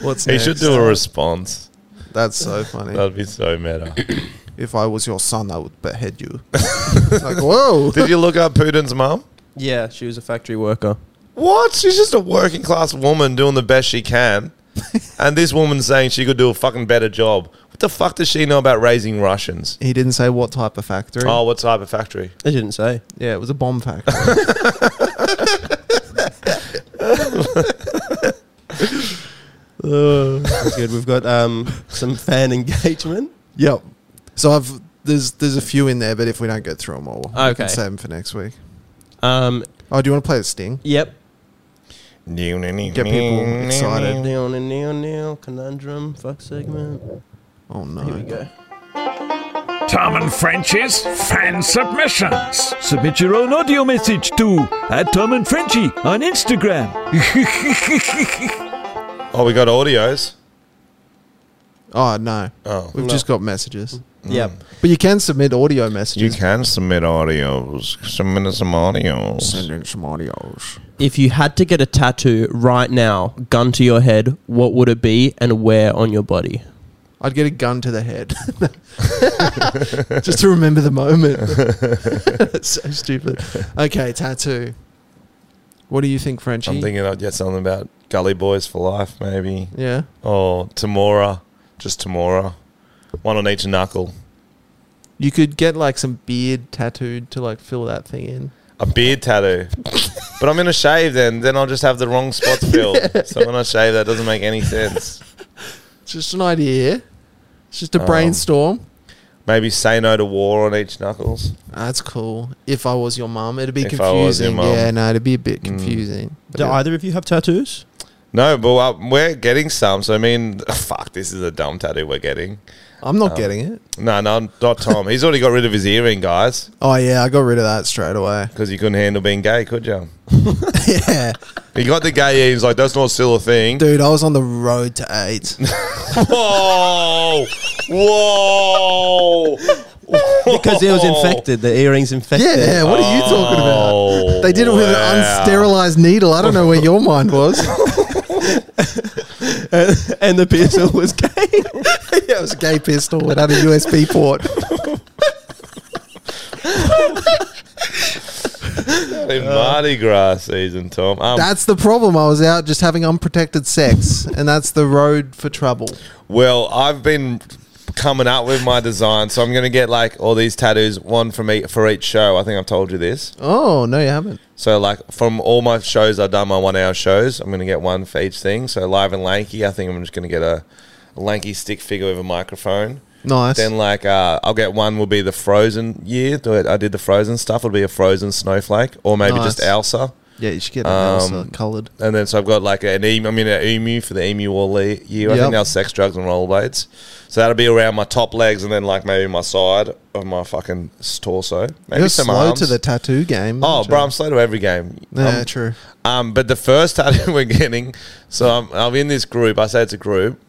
Speaker 2: What's
Speaker 1: He
Speaker 2: next?
Speaker 1: should do a response.
Speaker 2: That's so funny.
Speaker 1: That'd be so meta.
Speaker 2: if I was your son, I would behead you. It's like, whoa.
Speaker 1: Did you look up Putin's mum?
Speaker 3: Yeah, she was a factory worker.
Speaker 1: What? She's just a working class woman doing the best she can. and this woman's saying she could do a fucking better job. What the fuck does she know about raising Russians?
Speaker 2: He didn't say what type of factory.
Speaker 1: Oh, what type of factory?
Speaker 3: They didn't say.
Speaker 2: Yeah, it was a bomb factory.
Speaker 3: That's good. We've got um, some fan engagement.
Speaker 2: yep. So I've there's there's a few in there, but if we don't get through them all, we
Speaker 3: Okay.
Speaker 2: can save them for next week.
Speaker 3: Um,
Speaker 2: Oh, do you want to play a sting?
Speaker 3: yep.
Speaker 1: Get
Speaker 2: people excited.
Speaker 3: Neil, Neil, Neil, conundrum, fuck segment.
Speaker 2: Oh no.
Speaker 3: Here we go.
Speaker 5: Tom and French's fan submissions. Submit your own audio message to at Tom and Frenchie on Instagram.
Speaker 1: Oh, we got audios.
Speaker 2: Oh no.
Speaker 1: Oh.
Speaker 2: We've just got messages.
Speaker 3: Yep.
Speaker 2: But you can submit audio
Speaker 1: You
Speaker 2: messages.
Speaker 1: can submit audios. Submit some audios.
Speaker 2: in some audios.
Speaker 3: If you had to get a tattoo right now, gun to your head, what would it be and where on your body?
Speaker 2: I'd get a gun to the head. just to remember the moment. so stupid. Okay, tattoo. What do you think, Frenchie?
Speaker 1: I'm thinking I'd get something about Gully Boys for Life, maybe.
Speaker 2: yeah.
Speaker 1: Or Tamora. Just Tamora. One on each knuckle.
Speaker 2: You could get like some beard tattooed to like fill that thing in.
Speaker 1: A beard tattoo. but I'm going to shave then. Then I'll just have the wrong spots filled. So when I shave, that doesn't make any sense.
Speaker 2: It's just an idea. It's just a
Speaker 1: Um,
Speaker 2: brainstorm.
Speaker 1: Maybe say no to war on each knuckles.
Speaker 2: That's cool. If I was your mum, Mm. it'd be
Speaker 1: If I was your
Speaker 2: confusing.
Speaker 1: mum.
Speaker 2: Yeah, no, it'd be a bit confusing. But
Speaker 3: Do
Speaker 2: yeah.
Speaker 3: either of you have tattoos?
Speaker 1: No, but uh, we're getting some. So I mean, fuck, this is a dumb tattoo we're getting.
Speaker 2: I'm not getting it.
Speaker 1: No, no, not Tom. He's already got rid of his earring, guys,
Speaker 2: Oh yeah, I got rid of that straight away.
Speaker 1: because you couldn't handle being gay, could you?
Speaker 2: yeah,
Speaker 1: He got the gay earring. He's like, that's not still a thing.
Speaker 2: dude, I was on the road to eight.
Speaker 1: Whoa, whoa.
Speaker 3: Because it was infected. The earrings infected.
Speaker 2: yeah, yeah, what are you talking about?
Speaker 1: Oh,
Speaker 2: They did it with an
Speaker 1: wow.
Speaker 2: unsterilized needle. I don't know where your mind was.
Speaker 3: and the piercing was gay.
Speaker 2: yeah, it was a gay pistol. It had a USB port.
Speaker 1: In Mardi Gras season, Tom. Um,
Speaker 2: That's the problem. I was out just having unprotected sex, and that's the road for trouble.
Speaker 1: Well, I've been coming up with my design, so I'm going to get like all these tattoos, one from each, for each show. I think I've told you this.
Speaker 2: Oh no, you haven't.
Speaker 1: So, like from all my shows, I've done my one-hour shows. I'm going to get one for each thing. So, live and lanky. I think I'm just going to get a, a lanky stick figure with a microphone.
Speaker 2: Nice.
Speaker 1: Then like uh, I'll get one will be the Frozen year. Do it- I did the Frozen stuff. Would be a Frozen snowflake, or maybe just
Speaker 2: Nice.
Speaker 1: Elsa.
Speaker 2: yeah, you should get an
Speaker 1: Um,
Speaker 2: Elsa coloured.
Speaker 1: And then so I've got like an emu. I mean an emu for the emu all le- year. I
Speaker 2: Yep.
Speaker 1: think now sex, drugs, and rollerblades. So that'll be around my top legs, and then like maybe my side of my fucking s- torso. Maybe
Speaker 2: You're
Speaker 1: some
Speaker 2: slow
Speaker 1: arms.
Speaker 2: to the tattoo game.
Speaker 1: Oh,
Speaker 2: aren't you?
Speaker 1: bro, I'm slow to every game.
Speaker 2: Yeah,
Speaker 1: I'm-
Speaker 2: true.
Speaker 1: Um, but the first tattoo we're getting, so I'm, I'm in this group. I say it's a group.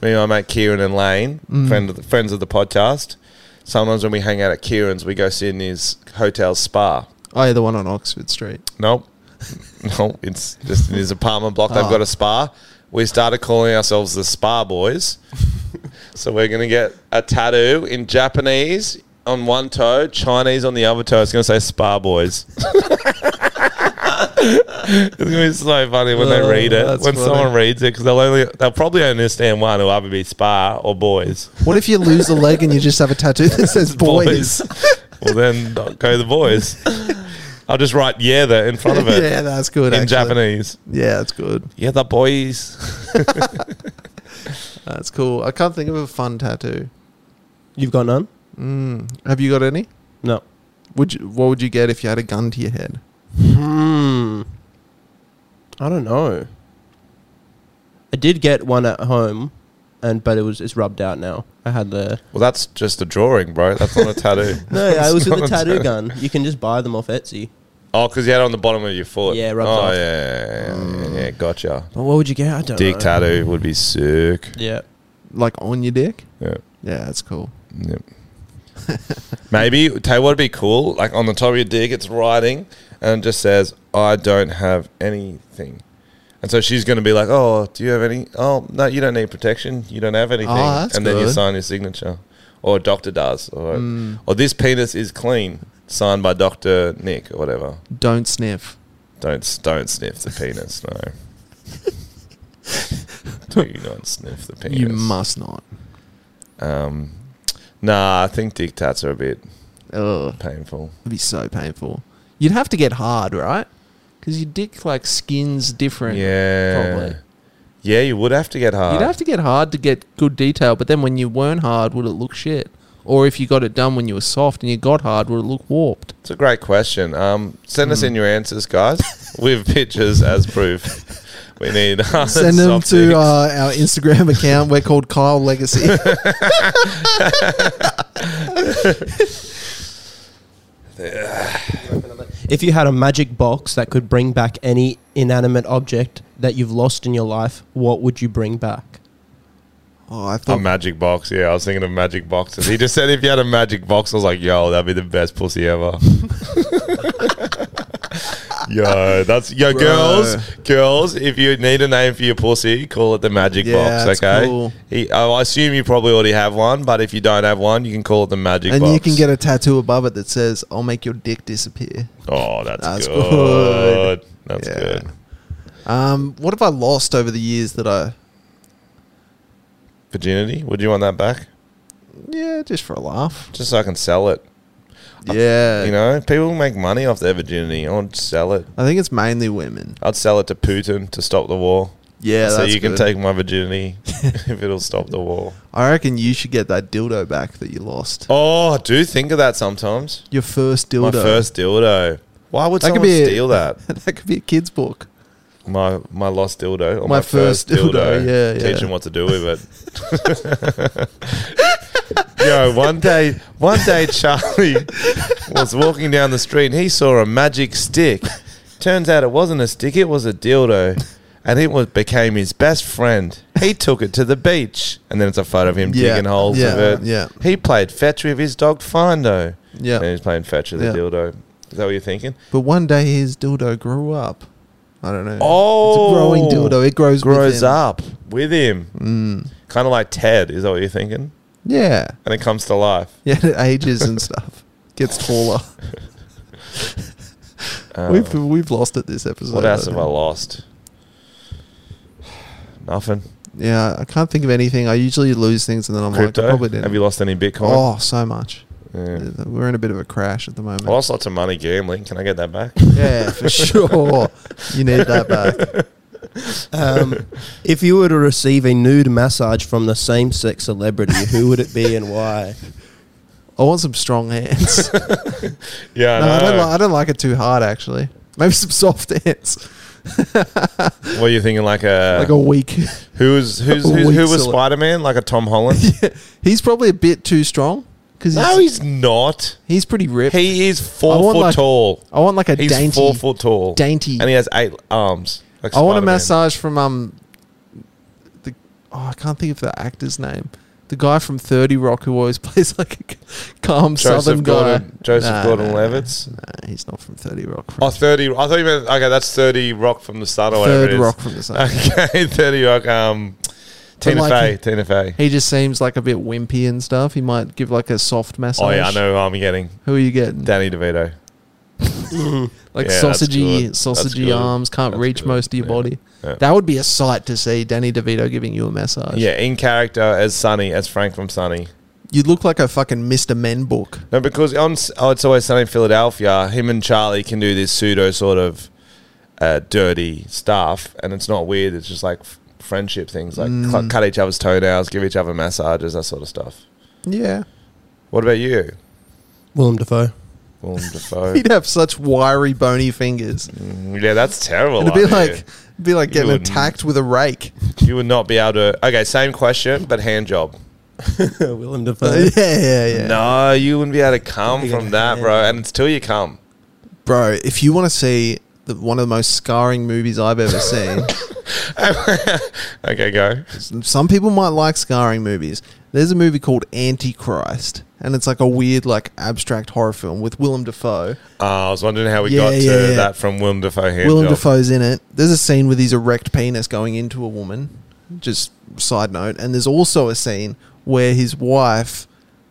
Speaker 1: Me and my mate Kieran and Lane,
Speaker 2: Mm.
Speaker 1: friend of the, friends of the podcast. Sometimes when we hang out at Kieran's, we go sit in his hotel spa.
Speaker 2: Oh, yeah, the one on Oxford Street.
Speaker 1: Nope. no, it's just in his apartment block. They've
Speaker 2: Oh.
Speaker 1: got a spa. We started calling ourselves the Spa Boys. so we're going to get a tattoo in Japanese on one toe, Chinese on the other toe. It's going to say Spa Boys. it's going to be so funny when they
Speaker 2: Oh,
Speaker 1: read it.
Speaker 2: that's
Speaker 1: When
Speaker 2: funny.
Speaker 1: someone reads it, because they'll only they'll probably only understand one. It'll either be Spa or Boys.
Speaker 2: What if you lose a leg and you just have a tattoo that says boys?
Speaker 1: well, then go the boys. I'll just write yeah there in front of it
Speaker 2: yeah, that's good.
Speaker 1: in
Speaker 2: actually.
Speaker 1: Japanese.
Speaker 2: Yeah, that's good.
Speaker 1: Yeah, the boys.
Speaker 2: That's cool. I can't think of a fun tattoo.
Speaker 3: You've got none?
Speaker 2: Have you got any?
Speaker 3: No.
Speaker 2: Would you, what would you get if you had a gun to your head?
Speaker 3: Hmm. I don't know. I did get one at home, and but it was it's rubbed out now. I had the
Speaker 1: Well, that's just a drawing, bro. That's not a tattoo.
Speaker 3: no. I
Speaker 1: That's
Speaker 3: was
Speaker 1: not
Speaker 3: with the
Speaker 1: a
Speaker 3: tattoo gun. You can just buy them off Etsy.
Speaker 1: Oh, because you had it on the bottom of your foot.
Speaker 3: Yeah, rubbed
Speaker 1: oh,
Speaker 3: off.
Speaker 1: yeah, yeah, yeah, yeah, yeah, gotcha.
Speaker 3: But what would you get? I don't
Speaker 1: Dick
Speaker 3: know.
Speaker 1: tattoo would be sick.
Speaker 3: Yeah.
Speaker 2: Like on your dick?
Speaker 1: Yeah.
Speaker 2: Yeah, that's cool.
Speaker 1: yeah. Maybe tell you what would be cool. Like on the top of your dick, it's writing and it just says, "I don't have anything." And so she's going to be like, "Oh, do you have any? Oh, no, you don't need protection. You don't have anything."
Speaker 2: Oh, that's
Speaker 1: and then you
Speaker 2: good. Hmm.
Speaker 1: sign your signature, or a doctor does, or, or this penis is clean, signed by Doctor Nick or whatever.
Speaker 2: Don't sniff.
Speaker 1: Don't don't sniff the penis. No. Do not sniff the penis.
Speaker 2: You must not.
Speaker 1: Um, nah, I think dick tats are a bit
Speaker 2: Ugh,
Speaker 1: painful.
Speaker 2: it'd be so painful. You'd have to get hard, right? Because your dick like skins different.
Speaker 1: Yeah.
Speaker 2: probably.
Speaker 1: Yeah, you would have to get hard.
Speaker 2: You'd have to get hard to get good detail, but then when you weren't hard, would it look shit? Or if you got it done when you were soft and you got hard, would it look warped?
Speaker 1: It's a great question. Um, send
Speaker 2: Hmm.
Speaker 1: us in your answers, guys, with pictures as proof. We need hard
Speaker 2: Send them
Speaker 1: soft
Speaker 2: to
Speaker 1: dicks.
Speaker 2: uh, our Instagram account. We're called Kyle Legacy.
Speaker 3: If you had a magic box that could bring back any inanimate object that you've lost in your life, what would you bring back?
Speaker 2: oh, I
Speaker 1: a
Speaker 2: thought
Speaker 1: magic box. Yeah, I was thinking of magic boxes. He just said if you had a magic box, I was like, yo, that'd be the best pussy ever. yo, that's yo,
Speaker 2: Bro.
Speaker 1: girls, girls. If you need a name for your pussy, call it the magic
Speaker 2: Yeah,
Speaker 1: box.
Speaker 2: that's
Speaker 1: Okay.
Speaker 2: cool.
Speaker 1: He, oh, I assume you probably already have one, but if you don't have one, you can call it the magic.
Speaker 2: and
Speaker 1: box.
Speaker 2: you can get a tattoo above it that says, "I'll make your dick disappear."
Speaker 1: Oh, that's,
Speaker 2: That's
Speaker 1: good.
Speaker 2: good.
Speaker 1: That's
Speaker 2: Yeah.
Speaker 1: good.
Speaker 2: Um, what have I lost over the years that I?
Speaker 1: Virginity? Would you want that back?
Speaker 2: Yeah, just for a laugh.
Speaker 1: Just so I can sell it.
Speaker 2: Yeah,
Speaker 1: You know, people make money off their virginity. I would sell it.
Speaker 2: I think it's mainly women.
Speaker 1: I'd sell it to Putin to stop the war.
Speaker 2: Yeah,
Speaker 1: so
Speaker 2: that's
Speaker 1: you can
Speaker 2: good.
Speaker 1: take my virginity if it'll stop the war.
Speaker 2: I reckon you should get that dildo back that you lost.
Speaker 1: Oh, I do think of that sometimes.
Speaker 2: Your first
Speaker 1: My
Speaker 2: dildo.
Speaker 1: first dildo. Why would
Speaker 2: That could
Speaker 1: someone
Speaker 2: be a-
Speaker 1: steal that?
Speaker 2: that could be a kid's book.
Speaker 1: My my lost dildo. Or my,
Speaker 2: My
Speaker 1: first,
Speaker 2: first
Speaker 1: dildo.
Speaker 2: dildo, yeah, yeah.
Speaker 1: Teach him what to do with it. Yo, one day, one day, Charlie was walking down the street and he saw a magic stick. Turns out it wasn't a stick; it was a dildo, and it was became his best friend. He took it to the beach, and then it's a photo of him
Speaker 2: Yeah,
Speaker 1: digging holes
Speaker 2: yeah,
Speaker 1: with it.
Speaker 2: yeah.
Speaker 1: he played fetch with his dog Findo.
Speaker 2: Yeah.
Speaker 1: and he's playing fetch with
Speaker 2: Yeah.
Speaker 1: the dildo. Is that what you're thinking?
Speaker 2: But one day his dildo grew up. I don't know.
Speaker 1: Oh,
Speaker 2: it's a growing dildo. It grows. with
Speaker 1: grows
Speaker 2: him. Mm.
Speaker 1: up with him. Kind of like Ted, is that what you're thinking?
Speaker 2: Yeah,
Speaker 1: And it comes to life.
Speaker 2: yeah. It ages and stuff. Gets taller.
Speaker 1: Um,
Speaker 2: we've we've lost it this episode.
Speaker 1: what else have I
Speaker 2: think.
Speaker 1: lost? Nothing.
Speaker 2: Yeah, I can't think of anything. I usually lose things and then I'm
Speaker 1: Crypto.
Speaker 2: like, I probably didn't.
Speaker 1: have you lost any Bitcoin?
Speaker 2: oh, so much.
Speaker 1: Yeah.
Speaker 2: We're in a bit of a crash at the moment.
Speaker 1: I lost lots of money gambling. Can I get that back?
Speaker 2: Yeah, for sure. You need that back.
Speaker 3: Um, if you were to receive a nude massage from the same sex celebrity, who would it be and why?
Speaker 2: I want some strong hands. no,
Speaker 1: Yeah, I
Speaker 2: I,
Speaker 1: know.
Speaker 2: don't li- I don't like it too hard, actually. Maybe some soft hands,
Speaker 1: what are you thinking? Like a
Speaker 2: like a weak.
Speaker 1: who's who's,
Speaker 2: a
Speaker 1: who's
Speaker 2: weak
Speaker 1: who was
Speaker 2: sele-
Speaker 1: Spider Man? Like a Tom Holland?
Speaker 2: he's probably a bit too strong because he's,
Speaker 1: no, he's not.
Speaker 2: he's pretty ripped.
Speaker 1: He is
Speaker 2: I
Speaker 1: four
Speaker 2: want
Speaker 1: foot
Speaker 2: like-
Speaker 1: tall.
Speaker 2: I want like a
Speaker 1: He's
Speaker 2: dainty.
Speaker 1: four foot tall,
Speaker 2: dainty-
Speaker 1: and he has eight arms. like
Speaker 2: I want a
Speaker 1: Spider-Man.
Speaker 2: massage from um, the oh I can't think of the actor's name. The guy from Thirty Rock who always plays like a c- calm
Speaker 1: Joseph
Speaker 2: southern guy.
Speaker 1: Gordon, Joseph
Speaker 2: No, no, no.
Speaker 1: Gordon-Levitt.
Speaker 2: Nah, he's not from Thirty Rock.
Speaker 1: Oh, 30. I thought you meant okay. That's thirty Rock from the start or whatever.
Speaker 2: Third
Speaker 1: it is.
Speaker 2: Rock from the start.
Speaker 1: Okay, thirty Rock. Um, Tina
Speaker 2: like
Speaker 1: Fey.
Speaker 2: he-
Speaker 1: Tina Fey.
Speaker 2: He just seems like a bit wimpy and stuff. He might give like a soft massage.
Speaker 1: Oh yeah, I know who I'm getting.
Speaker 2: Who are you getting?
Speaker 1: Danny DeVito.
Speaker 2: like
Speaker 1: yeah, that's
Speaker 2: sausagey,
Speaker 1: good. That's
Speaker 2: sausagey
Speaker 1: good.
Speaker 2: arms can't
Speaker 1: That's
Speaker 2: reach
Speaker 1: good.
Speaker 2: most of your
Speaker 1: Yeah.
Speaker 2: body.
Speaker 1: Yeah.
Speaker 2: That would be a sight to see. Danny DeVito giving you a massage.
Speaker 1: Yeah, in character as Sunny, as Frank from Sunny.
Speaker 2: you look like a fucking Mister Men book.
Speaker 1: No, because on S- oh, it's always Sunny in Philadelphia. Him and Charlie can do this pseudo sort of uh, dirty stuff, and it's not weird. It's just like f- friendship things, like
Speaker 2: Mm.
Speaker 1: cl- cut each other's toenails, give each other massages, that sort of stuff.
Speaker 2: Yeah,
Speaker 1: What about you?
Speaker 3: Willem Dafoe.
Speaker 1: Willem Dafoe.
Speaker 2: he'd have such wiry, bony fingers.
Speaker 1: yeah, that's terrible.
Speaker 2: It'd be
Speaker 1: idea.
Speaker 2: like it'd be like
Speaker 1: You
Speaker 2: getting
Speaker 1: wouldn't.
Speaker 2: attacked with a rake.
Speaker 1: you would not be able to. Okay, same question, but hand job.
Speaker 3: Willem Dafoe.
Speaker 2: yeah, yeah, yeah.
Speaker 1: No, you wouldn't be able to come from that, bro. And it's till you come.
Speaker 2: Bro, if you want to see the, one of the most scarring movies I've ever seen,
Speaker 1: Okay, go.
Speaker 2: some people might like scarring movies. There's a movie called Antichrist, and it's like a weird, like abstract horror film with Willem Dafoe.
Speaker 1: Oh, I was wondering how we
Speaker 2: Uh,
Speaker 1: got
Speaker 2: Yeah,
Speaker 1: to
Speaker 2: yeah, yeah.
Speaker 1: that from Willem Dafoe hand
Speaker 2: Willem
Speaker 1: job.
Speaker 2: Dafoe's in it. There's a scene with his erect penis going into a woman. Just side note, and there's also a scene where his wife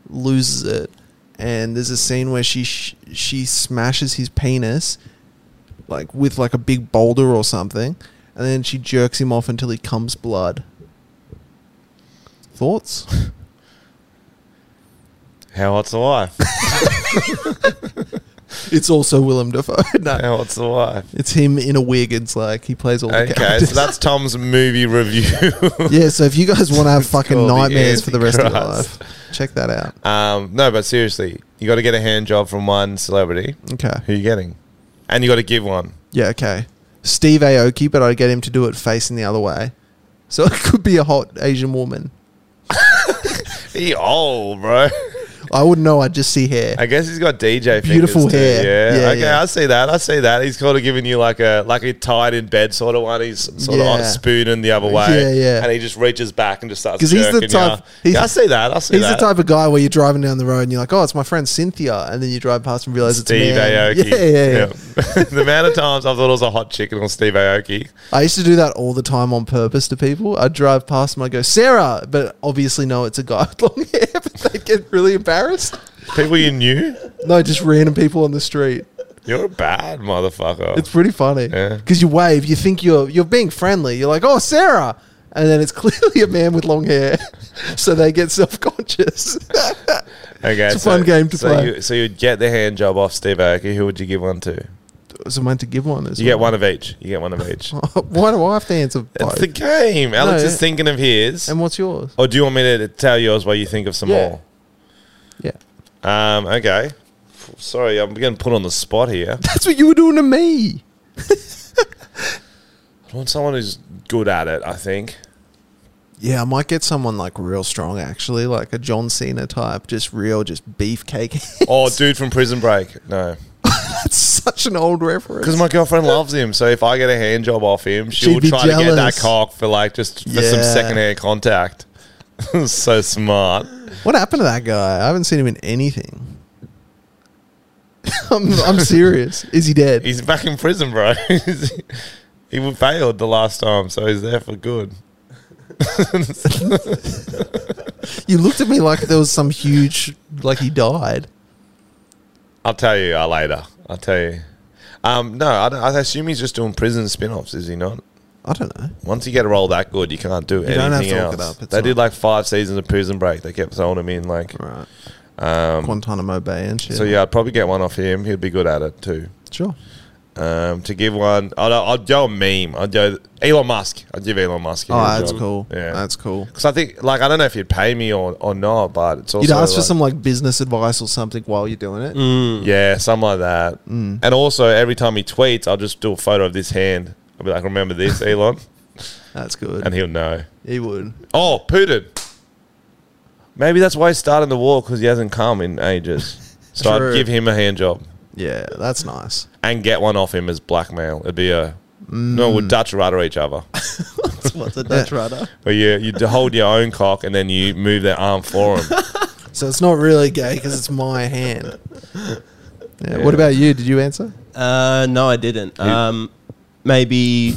Speaker 2: loses it, and there's a scene where she sh- she smashes his penis like with like a big boulder or something, and then she jerks him off until he comes blood. Thoughts?
Speaker 1: How hot's the wife?
Speaker 2: it's also Willem Dafoe. no,
Speaker 1: How hot's the wife?
Speaker 2: it's him in a wig. It's like he plays all the
Speaker 1: Okay,
Speaker 2: characters.
Speaker 1: so that's Tom's movie review.
Speaker 2: Yeah, so if you guys want to have fucking
Speaker 1: called The
Speaker 2: nightmares for the rest of your life,
Speaker 1: Antichrist.
Speaker 2: check that out.
Speaker 1: um, no, but seriously, you got to get a hand job from one celebrity. Who
Speaker 2: Okay.
Speaker 1: you getting? And you got to give one.
Speaker 2: Yeah, okay. Steve Aoki, but I'd get him to do it facing the other way. So it could be a hot Asian woman.
Speaker 1: He old, bro.
Speaker 2: I wouldn't know. I'd just see hair.
Speaker 1: I guess he's got DJ fingers
Speaker 2: Beautiful
Speaker 1: too.
Speaker 2: hair.
Speaker 1: Yeah.
Speaker 2: Yeah,
Speaker 1: okay,
Speaker 2: yeah.
Speaker 1: I see that. I see that. He's kind of giving you like a like a tied in bed sort of one. He's sort of on
Speaker 2: Yeah.
Speaker 1: spoon in the other way.
Speaker 2: Yeah, yeah.
Speaker 1: And he just reaches back and just starts.
Speaker 2: Because he's the
Speaker 1: jerking ya.
Speaker 2: type- he's-
Speaker 1: yeah, I see that. I see
Speaker 2: He's
Speaker 1: that.
Speaker 2: the type of guy where you're driving down the road and you're like, oh, it's my friend Cynthia. And then you drive past and realize
Speaker 1: Steve
Speaker 2: it's a man.
Speaker 1: Aoki.
Speaker 2: Yeah, yeah, yeah.
Speaker 1: Yeah. the amount of times I thought it was a hot chicken on Steve Aoki.
Speaker 2: I used to do that all the time on purpose to people. I'd drive past them, I'd go, Sarah. But obviously, no, it's a guy with long hair. But they'd get really embarrassed.
Speaker 1: People you knew?
Speaker 2: No, just random people on the street.
Speaker 1: You're a bad motherfucker.
Speaker 2: It's pretty funny
Speaker 1: Yeah.
Speaker 2: because you wave, you think you're you're being friendly. You're like, "Oh, Sarah," and then it's clearly a man with long hair, so they get self conscious.
Speaker 1: okay,
Speaker 2: it's a fun game to
Speaker 1: so
Speaker 2: play.
Speaker 1: You, so you'd get the hand job off Steve Aoki. Who would you give one to?
Speaker 2: so I meant to give one. As
Speaker 1: You get
Speaker 2: well.
Speaker 1: one of each. You get one of each.
Speaker 2: Why do I have to answer both?
Speaker 1: It's the game. Alex
Speaker 2: No,
Speaker 1: is thinking of his.
Speaker 2: and what's yours?
Speaker 1: Or Oh, do you want me to tell yours while you think of some
Speaker 2: Yeah. Yeah,
Speaker 1: more? Um, okay. Sorry, I'm getting put on the spot here.
Speaker 2: that's what you were doing to me.
Speaker 1: I want someone who's good at it, I think.
Speaker 2: Yeah, I might get someone like real strong, actually, like a John Cena type, just real, just beefcake.
Speaker 1: Oh, dude from Prison Break. No.
Speaker 2: that's such an old reference.
Speaker 1: Because my girlfriend loves him. So if I get a hand job off him, she'll
Speaker 2: She'd be
Speaker 1: try to get that
Speaker 2: jealous.
Speaker 1: cock for like just for some
Speaker 2: Yeah.
Speaker 1: secondhand contact. so smart.
Speaker 2: What happened to that guy? I haven't seen him in anything. I'm, I'm serious. Is he dead?
Speaker 1: He's back in prison, bro. he failed the last time, so he's there for good.
Speaker 2: you looked at me like there was some huge, like he died.
Speaker 1: I'll tell you uh, later. I'll tell you. Um, no, I, don't- I assume he's just doing prison spin-offs, is he not?
Speaker 2: I don't know.
Speaker 1: Once you get a role that good, you can't do anything
Speaker 2: don't have to
Speaker 1: else.
Speaker 2: look it up. It's
Speaker 1: they did
Speaker 2: not-
Speaker 1: like five seasons of Prison Break. They kept throwing him in, like.
Speaker 2: Right. Um, Guantanamo Bay and shit.
Speaker 1: So yeah, I'd probably get one off him. He'd be good at it too.
Speaker 2: Sure.
Speaker 1: Um, to give one, I'd, I'd go a meme. I'd go Elon Musk. I'd give Elon Musk. a
Speaker 2: Oh,
Speaker 1: good
Speaker 2: that's
Speaker 1: job.
Speaker 2: cool.
Speaker 1: Yeah,
Speaker 2: That's cool.
Speaker 1: Because I think, like, I don't know if you'd pay me or, or not, but it's also
Speaker 2: You'd ask for
Speaker 1: like- Mm.
Speaker 2: some like business advice or something while you're doing it.
Speaker 1: yeah, something like that.
Speaker 2: Mm.
Speaker 1: And also, every time he tweets, I'll just do a photo of this hand. I'll be like, remember this, Elon,
Speaker 2: That's good.
Speaker 1: and he'll know.
Speaker 2: he would.
Speaker 1: Oh, Putin. Maybe that's why he's starting the war because he hasn't come in ages. So
Speaker 2: True.
Speaker 1: I'd give him a hand job
Speaker 2: Yeah, that's nice.
Speaker 1: and get one off him as blackmail. It'd be a no, we'd Dutch rudder each other.
Speaker 3: What's a Dutch rider?
Speaker 1: But you you hold your own cock and then you move their arm for him.
Speaker 2: So it's not really gay because it's my hand. Yeah, What about you? Did you answer?
Speaker 3: Uh, no, I didn't. Um, maybe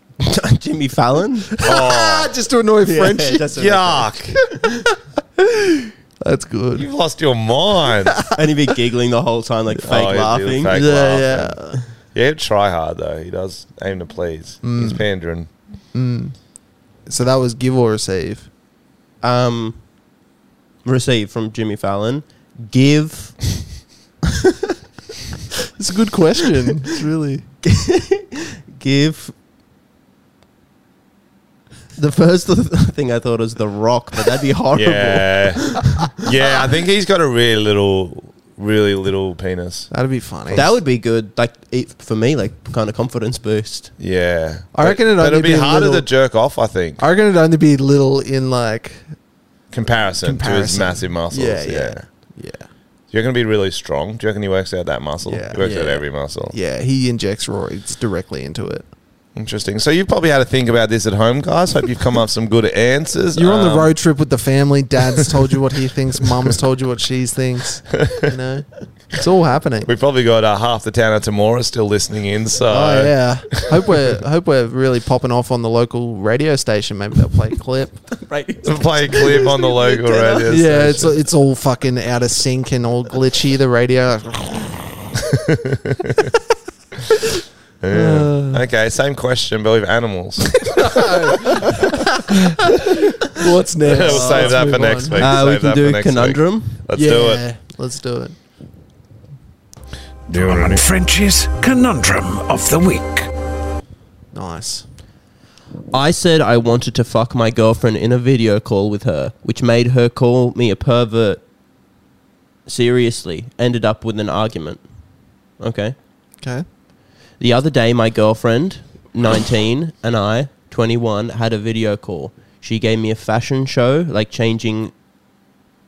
Speaker 3: Jimmy Fallon.
Speaker 2: Ah, just to annoy French.
Speaker 3: that's a-
Speaker 1: Oh, Yuck!
Speaker 2: That's good.
Speaker 1: You've lost your mind.
Speaker 3: and he'd be giggling the whole time, like fake
Speaker 1: Oh, he'd be
Speaker 3: laughing.
Speaker 1: fake.
Speaker 2: yeah,
Speaker 1: laugh,
Speaker 2: yeah.
Speaker 1: Yeah, he'd try hard though. He does aim to please. He's pandering.
Speaker 2: So that was give or receive.
Speaker 3: Um, receive from Jimmy Fallon. Give
Speaker 2: It's a good question. it's really
Speaker 3: give. The first thing I thought was The Rock, but that'd be horrible.
Speaker 1: Yeah, yeah. I think he's got a really little, really little penis.
Speaker 2: that'd be funny.
Speaker 3: That would be good, like it, for me, like kind of confidence boost.
Speaker 1: Yeah,
Speaker 2: I reckon it'd
Speaker 1: But
Speaker 2: only
Speaker 1: it'd be,
Speaker 2: be a
Speaker 1: harder
Speaker 2: little-
Speaker 1: to jerk off. I think
Speaker 2: I reckon it'd only be little in like
Speaker 1: comparison, to his
Speaker 2: Comparison.
Speaker 1: massive muscles.
Speaker 2: Yeah,
Speaker 1: Yeah,
Speaker 2: yeah. yeah
Speaker 1: You're gonna be really strong. Do you reckon he works out that muscle?
Speaker 2: Yeah.
Speaker 1: he works out
Speaker 3: Yeah.
Speaker 1: every muscle.
Speaker 2: yeah. He injects roids directly into it.
Speaker 1: Interesting. So you've probably had to think about this at home, guys. Hope you've come up with some good answers.
Speaker 2: You're on the
Speaker 1: Um,
Speaker 2: road trip with the family. Dad's told you what he thinks. Mum's told you what she thinks. You know, it's all happening.
Speaker 1: We've probably got uh, half the town of Tamora still listening in. So
Speaker 2: Oh yeah. Hope we're hope we're really popping off on the local radio station. Maybe they'll play a clip.
Speaker 3: Right.
Speaker 1: play a clip on the local radio.
Speaker 2: yeah,
Speaker 1: station.
Speaker 2: it's it's all fucking out of sync and all glitchy. The radio. uh,
Speaker 1: Yeah. okay. Same question, but with animals.
Speaker 2: What's next?
Speaker 1: we'll save that for next week.
Speaker 3: Uh, we
Speaker 1: Save
Speaker 3: can
Speaker 1: that for
Speaker 3: do
Speaker 1: next week.
Speaker 3: conundrum.
Speaker 1: Let's
Speaker 2: yeah,
Speaker 1: do it.
Speaker 2: Let's do it.
Speaker 5: Tom and French's Conundrum of the Week.
Speaker 2: Nice.
Speaker 3: I said I wanted to fuck my girlfriend in a video call with her, which made her call me a pervert. Seriously, ended up with an argument. Okay.
Speaker 2: Okay.
Speaker 3: The other day, my girlfriend, 19, and I, 21, had a video call. She gave me a fashion show, like changing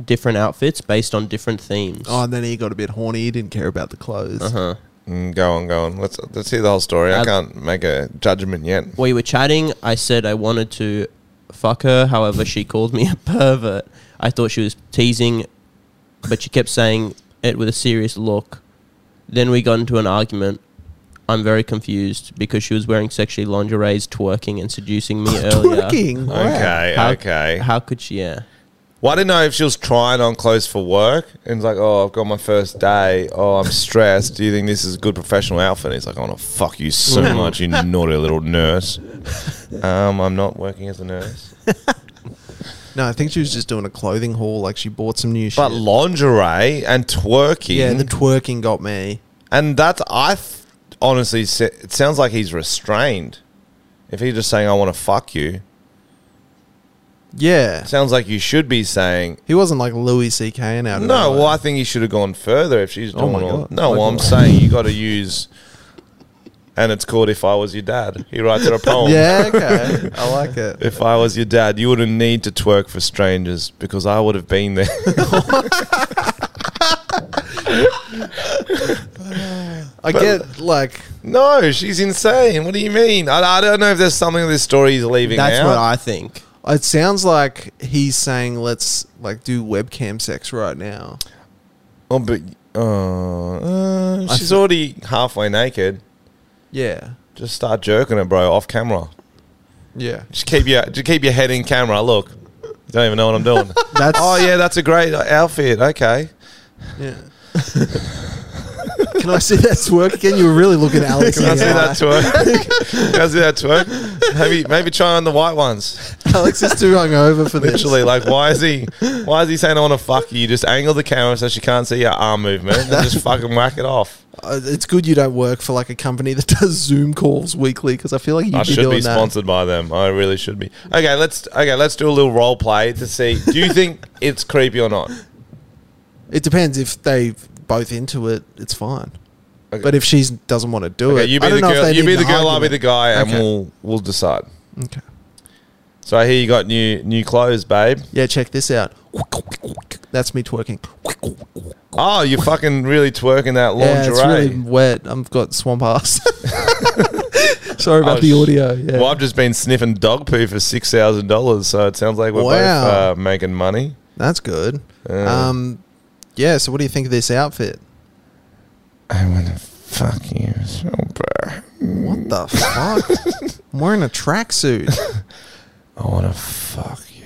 Speaker 3: different outfits based on different themes.
Speaker 2: Oh, and then he got a bit horny. He didn't care about the clothes.
Speaker 3: Uh-huh.
Speaker 1: Mm, go on, go on. Let's let's hear the whole story. I
Speaker 3: Uh,
Speaker 1: can't make a judgment yet.
Speaker 3: we were chatting. I said I wanted to fuck her. However, she called me a pervert. I thought she was teasing, but she kept saying it with a serious look. Then we got into an argument. I'm very confused because she was wearing sexually lingerie's twerking and seducing me earlier.
Speaker 2: Twerking. Wow.
Speaker 1: Okay,
Speaker 3: How,
Speaker 1: okay.
Speaker 3: How could she? Yeah.
Speaker 1: Well, I didn't know if she was trying on clothes for work and it's like, oh, I've got my first day. Oh, I'm stressed. Do you think this is a good professional outfit? He's like, I want to fuck you so
Speaker 2: Mm.
Speaker 1: much, you naughty little nurse. Um, I'm not working as a nurse.
Speaker 2: No, I think she was just doing a clothing haul. Like she bought some new
Speaker 1: But
Speaker 2: shit.
Speaker 1: lingerie and twerking.
Speaker 2: yeah, the twerking got me.
Speaker 1: and that's, I th- honestly, se- it sounds like he's restrained. If he's just saying, I want to fuck you,
Speaker 2: Yeah.
Speaker 1: sounds like you should be saying,
Speaker 2: He wasn't like Louis C.K. and out. of
Speaker 1: No,
Speaker 2: nowhere.
Speaker 1: well, I think you should have gone further if she's
Speaker 2: Oh
Speaker 1: doing
Speaker 2: my
Speaker 1: all.
Speaker 2: God.
Speaker 1: No,
Speaker 2: Like
Speaker 1: well, I'm
Speaker 2: what?
Speaker 1: saying you got to use. And it's called "If I Was Your Dad." He writes it a poem.
Speaker 2: Yeah. Okay. I like it.
Speaker 1: If I was your dad, you wouldn't need to twerk for strangers because I would have been there.
Speaker 2: I get like
Speaker 1: no, she's insane. What do you mean? I, I don't know if there's something in this story he's leaving
Speaker 3: That's
Speaker 1: out.
Speaker 3: what I think.
Speaker 2: it sounds like he's saying let's like do webcam sex right now.
Speaker 1: oh, but uh, uh, she's
Speaker 2: thi-
Speaker 1: already halfway naked.
Speaker 2: Yeah.
Speaker 1: Just start jerking her, bro, off camera.
Speaker 2: Yeah.
Speaker 1: Just keep your just keep your head in camera. Look, don't even know what I'm doing.
Speaker 2: That's
Speaker 1: oh yeah, that's a great outfit. Okay.
Speaker 2: yeah. Can I see that twerk again? You were really looking at Alex.
Speaker 1: Can
Speaker 2: in
Speaker 1: I
Speaker 2: the
Speaker 1: see
Speaker 2: eye.
Speaker 1: that twerk? Can I see that twerk? maybe maybe try on the white ones.
Speaker 2: Alex is too hungover for this.
Speaker 1: Literally, like why is he why is he saying I want to fuck you? Just angle the camera so she can't see your arm movement and just fucking whack it off.
Speaker 2: Uh, it's good you don't work for like a company that does Zoom calls weekly because I feel like you'd
Speaker 1: I
Speaker 2: be
Speaker 1: should
Speaker 2: doing
Speaker 1: be
Speaker 2: that.
Speaker 1: sponsored by them. I really should be. Okay, let's okay, let's do a little role play to see. Do you think it's creepy or not?
Speaker 2: It depends if they both into it. It's fine.
Speaker 1: Okay.
Speaker 2: But if she doesn't want to do
Speaker 1: Okay,
Speaker 2: it,
Speaker 1: you
Speaker 2: I
Speaker 1: be
Speaker 2: don't
Speaker 1: the
Speaker 2: know if
Speaker 1: girl.
Speaker 2: they
Speaker 1: You
Speaker 2: need
Speaker 1: be
Speaker 2: an
Speaker 1: the girl. I'll be the
Speaker 2: argument.
Speaker 1: guy, and
Speaker 2: Okay.
Speaker 1: we'll we'll decide.
Speaker 2: Okay.
Speaker 1: So I hear you got new new clothes, babe.
Speaker 2: Yeah, check this out. That's me twerking.
Speaker 1: Oh, you fucking really twerking that
Speaker 2: Yeah,
Speaker 1: lingerie.
Speaker 2: it's really wet. I've got swamp ass. Sorry about
Speaker 1: Oh,
Speaker 2: the
Speaker 1: sh-
Speaker 2: audio. Yeah.
Speaker 1: Well, I've just been sniffing dog poo for six thousand dollars, so it sounds like we're
Speaker 2: Wow.
Speaker 1: both uh, making money.
Speaker 2: That's good. um, yeah, so what do you think of this outfit?
Speaker 1: I want to fuck you so bad.
Speaker 2: What the fuck? I'm wearing a tracksuit.
Speaker 1: I want to fuck you.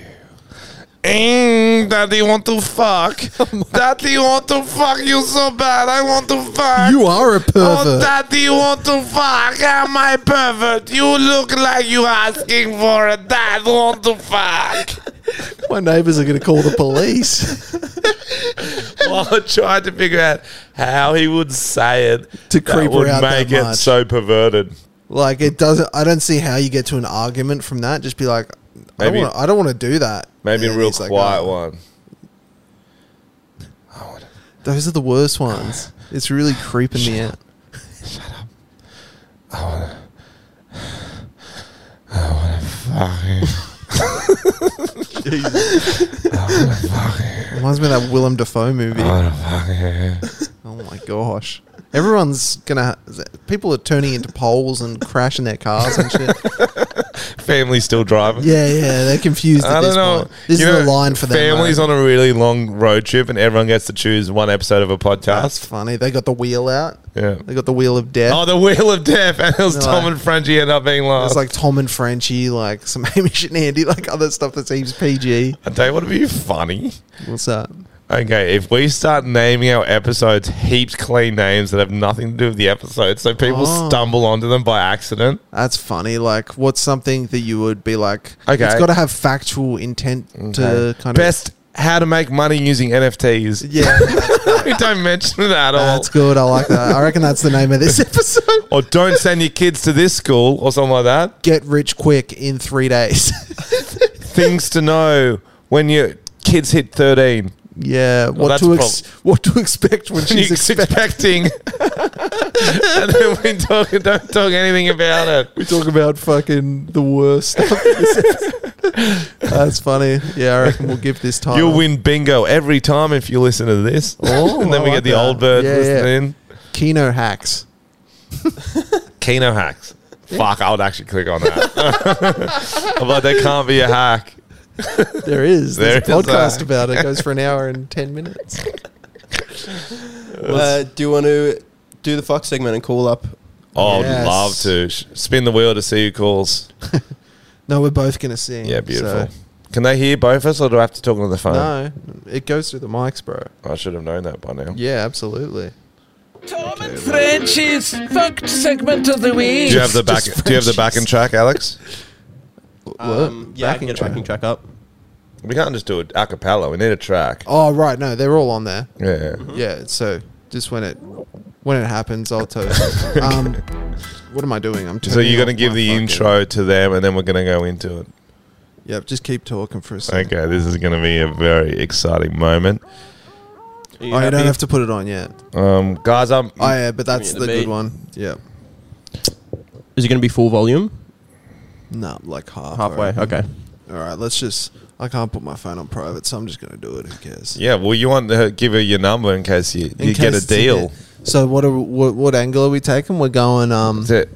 Speaker 1: Mm, daddy want to fuck.
Speaker 2: Oh
Speaker 1: daddy want to fuck you so bad. I want to fuck.
Speaker 2: You are a
Speaker 1: Oh,
Speaker 2: pervert.
Speaker 1: daddy want to fuck. Am I pervert? You look like you asking for a dad want to fuck.
Speaker 2: My neighbors are going to call the police
Speaker 1: While I tried to figure out how he would say it
Speaker 2: To
Speaker 1: that
Speaker 2: creep her
Speaker 1: would
Speaker 2: out that
Speaker 1: make it
Speaker 2: much.
Speaker 1: so perverted.
Speaker 2: like it doesn't. I don't see how you get to an argument from that. Just be like, I don't
Speaker 1: Maybe-
Speaker 2: wanna- I don't want to do that.
Speaker 1: Maybe
Speaker 2: And
Speaker 1: a real
Speaker 2: he's like,
Speaker 1: quiet
Speaker 2: "Oh,
Speaker 1: one.
Speaker 2: Those are the worst ones. It's really creeping me out. Reminds me of that Willem Dafoe movie.
Speaker 1: Uh-huh.
Speaker 2: Oh my gosh. Everyone's gonna. People are turning into poles and crashing their cars and shit.
Speaker 1: Family still driving.
Speaker 2: Yeah, yeah, they're confused. At
Speaker 1: I
Speaker 2: this
Speaker 1: don't know.
Speaker 2: Point. This
Speaker 1: You
Speaker 2: is
Speaker 1: know,
Speaker 2: the line for them.
Speaker 1: Families
Speaker 2: mate.
Speaker 1: on a really long road trip, and everyone gets to choose one episode of a
Speaker 2: That's
Speaker 1: podcast.
Speaker 2: funny. They got the wheel out.
Speaker 1: Yeah.
Speaker 2: They got the wheel of death.
Speaker 1: Oh, the Wheel of Death, and it was
Speaker 2: They're
Speaker 1: Tom
Speaker 2: like-
Speaker 1: and Frenchie end up being
Speaker 2: It's
Speaker 1: last.
Speaker 2: like Tom and Frenchie, like some Hamish and Andy, like other stuff that seems PG.
Speaker 1: I tell you what, would be funny.
Speaker 2: What's that?
Speaker 1: Okay, if we start naming our episodes heaps clean names that have nothing to do with the episode, so people
Speaker 2: Oh.
Speaker 1: stumble onto them by accident.
Speaker 2: That's funny. Like, what's something that you would be like?
Speaker 1: Okay.
Speaker 2: it's got to have factual intent to kind of
Speaker 1: Best how to make money using NFTs.
Speaker 2: Yeah,
Speaker 1: we don't mention it at all.
Speaker 2: that's good. I like that. I reckon that's the name of this episode.
Speaker 1: or don't send your kids to this school or something like that.
Speaker 2: Get rich quick in three days.
Speaker 1: Things to know when your kids hit 13.
Speaker 2: yeah, what
Speaker 1: that's
Speaker 2: to ex- what to expect when she's
Speaker 1: She's
Speaker 2: expecting.
Speaker 1: expecting. and then we talk, don't talk anything about it.
Speaker 2: We talk about fucking the worst. stuff. That's funny. Yeah, I reckon we'll give this time.
Speaker 1: You'll win bingo every time if you listen to this.
Speaker 2: Oh,
Speaker 1: and then
Speaker 2: I
Speaker 1: we
Speaker 2: like
Speaker 1: get the
Speaker 2: that.
Speaker 1: old bird
Speaker 2: Yeah,
Speaker 1: listening
Speaker 2: yeah.
Speaker 1: in.
Speaker 2: Kino hacks.
Speaker 1: Kino hacks. Fuck, I would actually click on that. I'm like, that can't be a hack.
Speaker 2: There is. There's
Speaker 1: There
Speaker 2: a
Speaker 1: is uh,
Speaker 2: podcast
Speaker 1: that.
Speaker 2: about it. It goes for an hour and 10 minutes.
Speaker 3: Uh, do you want to do the fuck segment and call up?
Speaker 1: Oh, I'd
Speaker 2: Yes.
Speaker 1: love to. Sh- Spin the wheel to see who calls.
Speaker 2: No, we're both going to sing.
Speaker 1: Yeah, beautiful.
Speaker 2: so-
Speaker 1: Can they hear both of us or do I have to talk on the phone?
Speaker 2: No, it goes through the mics, bro.
Speaker 1: I should have known that by now.
Speaker 2: Yeah, absolutely.
Speaker 5: Tom and Frenchie's fucked segment of the week.
Speaker 1: Do you have the back?
Speaker 2: Just
Speaker 1: Do you have the backing track, Alex?
Speaker 3: Um,
Speaker 2: What?
Speaker 3: yeah, I
Speaker 2: Backing
Speaker 3: can get a
Speaker 2: track.
Speaker 3: backing track up.
Speaker 1: We can't just do it a cappella. We need a track.
Speaker 2: Oh, right. No, they're all on there.
Speaker 1: Yeah.
Speaker 2: Yeah, so just when it when it happens, I'll tell you. Um, what am I doing? I'm
Speaker 1: So
Speaker 2: turning
Speaker 1: you're gonna
Speaker 2: off
Speaker 1: give
Speaker 2: my
Speaker 1: the
Speaker 2: fucking-
Speaker 1: intro to them, and then we're gonna go into it.
Speaker 2: Yep, just keep talking for a second.
Speaker 1: Okay, this is gonna be a very exciting moment,
Speaker 3: Are
Speaker 2: Oh, you
Speaker 3: happy?
Speaker 2: don't have to put it on yet.
Speaker 1: um, guys. I'm.
Speaker 2: Oh, yeah, but that's
Speaker 3: the
Speaker 2: the good
Speaker 3: beat.
Speaker 2: one. Yeah.
Speaker 3: Is it going to be full volume?
Speaker 2: No, like half.
Speaker 3: Halfway.
Speaker 2: alright.
Speaker 3: Okay.
Speaker 2: All right, let's just. I can't put my phone on private, so I'm just going to do it. Who cares?
Speaker 1: yeah. Well, you want to give her your number in case you,
Speaker 2: In
Speaker 1: you get
Speaker 2: case
Speaker 1: a
Speaker 2: it's in
Speaker 1: deal.
Speaker 2: there. So what, are, what what angle are we taking? We're going um
Speaker 1: That's it.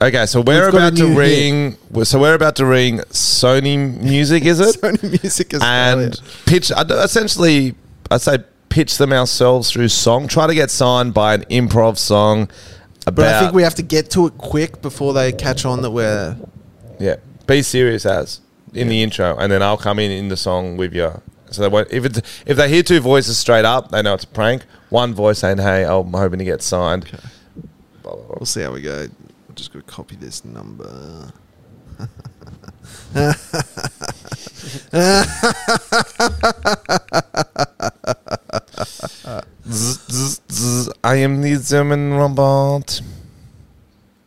Speaker 1: Okay, so we're
Speaker 2: We've got a
Speaker 1: about to
Speaker 2: new hit.
Speaker 1: ring. So we're about to ring Sony Music. Is it?
Speaker 2: Sony Music Australia.
Speaker 1: and pitch I d- essentially I'd say pitch them ourselves through song try to get signed by an improv song about
Speaker 2: but I think we have to get to it quick before they catch on that we're
Speaker 1: yeah be serious as in the intro and then I'll come in in the song with you so they won't if it's if they hear two voices straight up they know it's a prank one voice saying hey I'm hoping to get signed
Speaker 2: We'll see how we go. I'm just going to copy this number.
Speaker 1: Zzz, zzz, zzz. I am the German robot.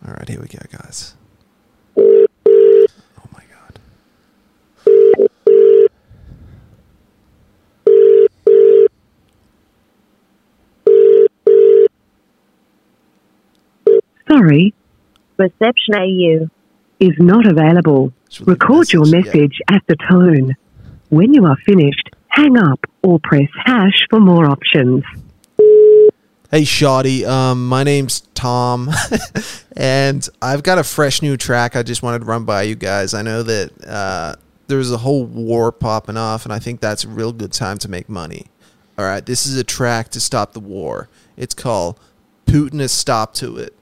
Speaker 2: All right, here we go, guys. Oh my god.
Speaker 9: Sorry, reception AU is not available.
Speaker 2: Should we leave a
Speaker 9: Record your
Speaker 2: message? Yeah.
Speaker 9: message at the tone. When you are finished, hang up or press hash for more options.
Speaker 2: Hey, Shoddy. Um, my name's Tom, and I've got a fresh new track I just wanted to run by you guys. I know that uh, there's a whole war popping off, and I think that's a real good time to make money. All right, this is a track to stop the war. It's called Putin has stopped to it.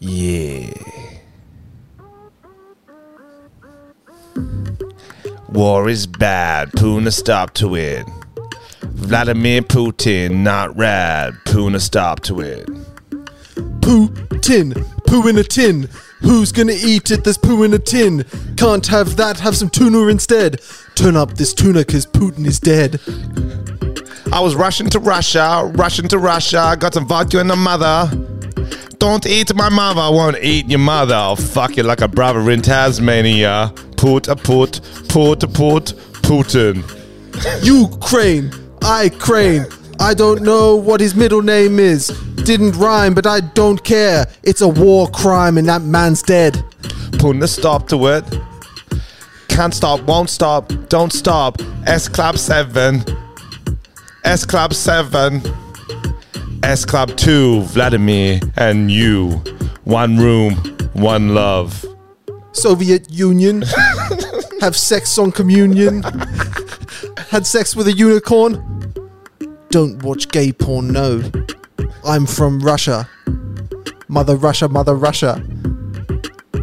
Speaker 1: Yeah. War is bad. Puna stop to it. Vladimir Putin, not rad. Puna stop to it.
Speaker 2: Putin, poo in a tin. Who's gonna eat it? There's poo in a tin. Can't have that, have some tuna instead. Turn up this tuna cause Putin is dead.
Speaker 1: I was rushing to Russia, rushing to Russia. Got some vodka in the mother. Don't eat my mother, won't eat your mother. I'll fuck you like a brother in Tasmania. Put a put, put a put, Putin.
Speaker 2: Ukraine, I crane. I don't know what his middle name is. Didn't rhyme, but I don't care. It's a war crime and that man's dead.
Speaker 1: putting a stop to it. Can't stop, won't stop, don't stop. S Club 7. S Club 7. S Club 2, Vladimir and you. One room, one love.
Speaker 2: Soviet Union. Have sex on communion. Had sex with a unicorn. Don't watch gay porn, no. I'm from Russia. Mother Russia, Mother Russia.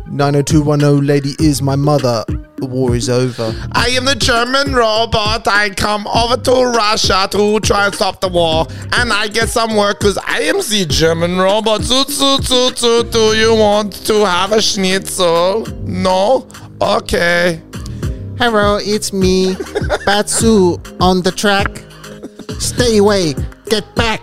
Speaker 2: 90210 lady is my mother. The war is over.
Speaker 1: I am the German robot. I come over to Russia to try and stop the war. And I get some work because I am the German robot. Zoo, zoo, zoo, zoo. Do you want to have a schnitzel? No? Okay.
Speaker 2: Hello, it's me, Batsu, on the track. Stay away, get back.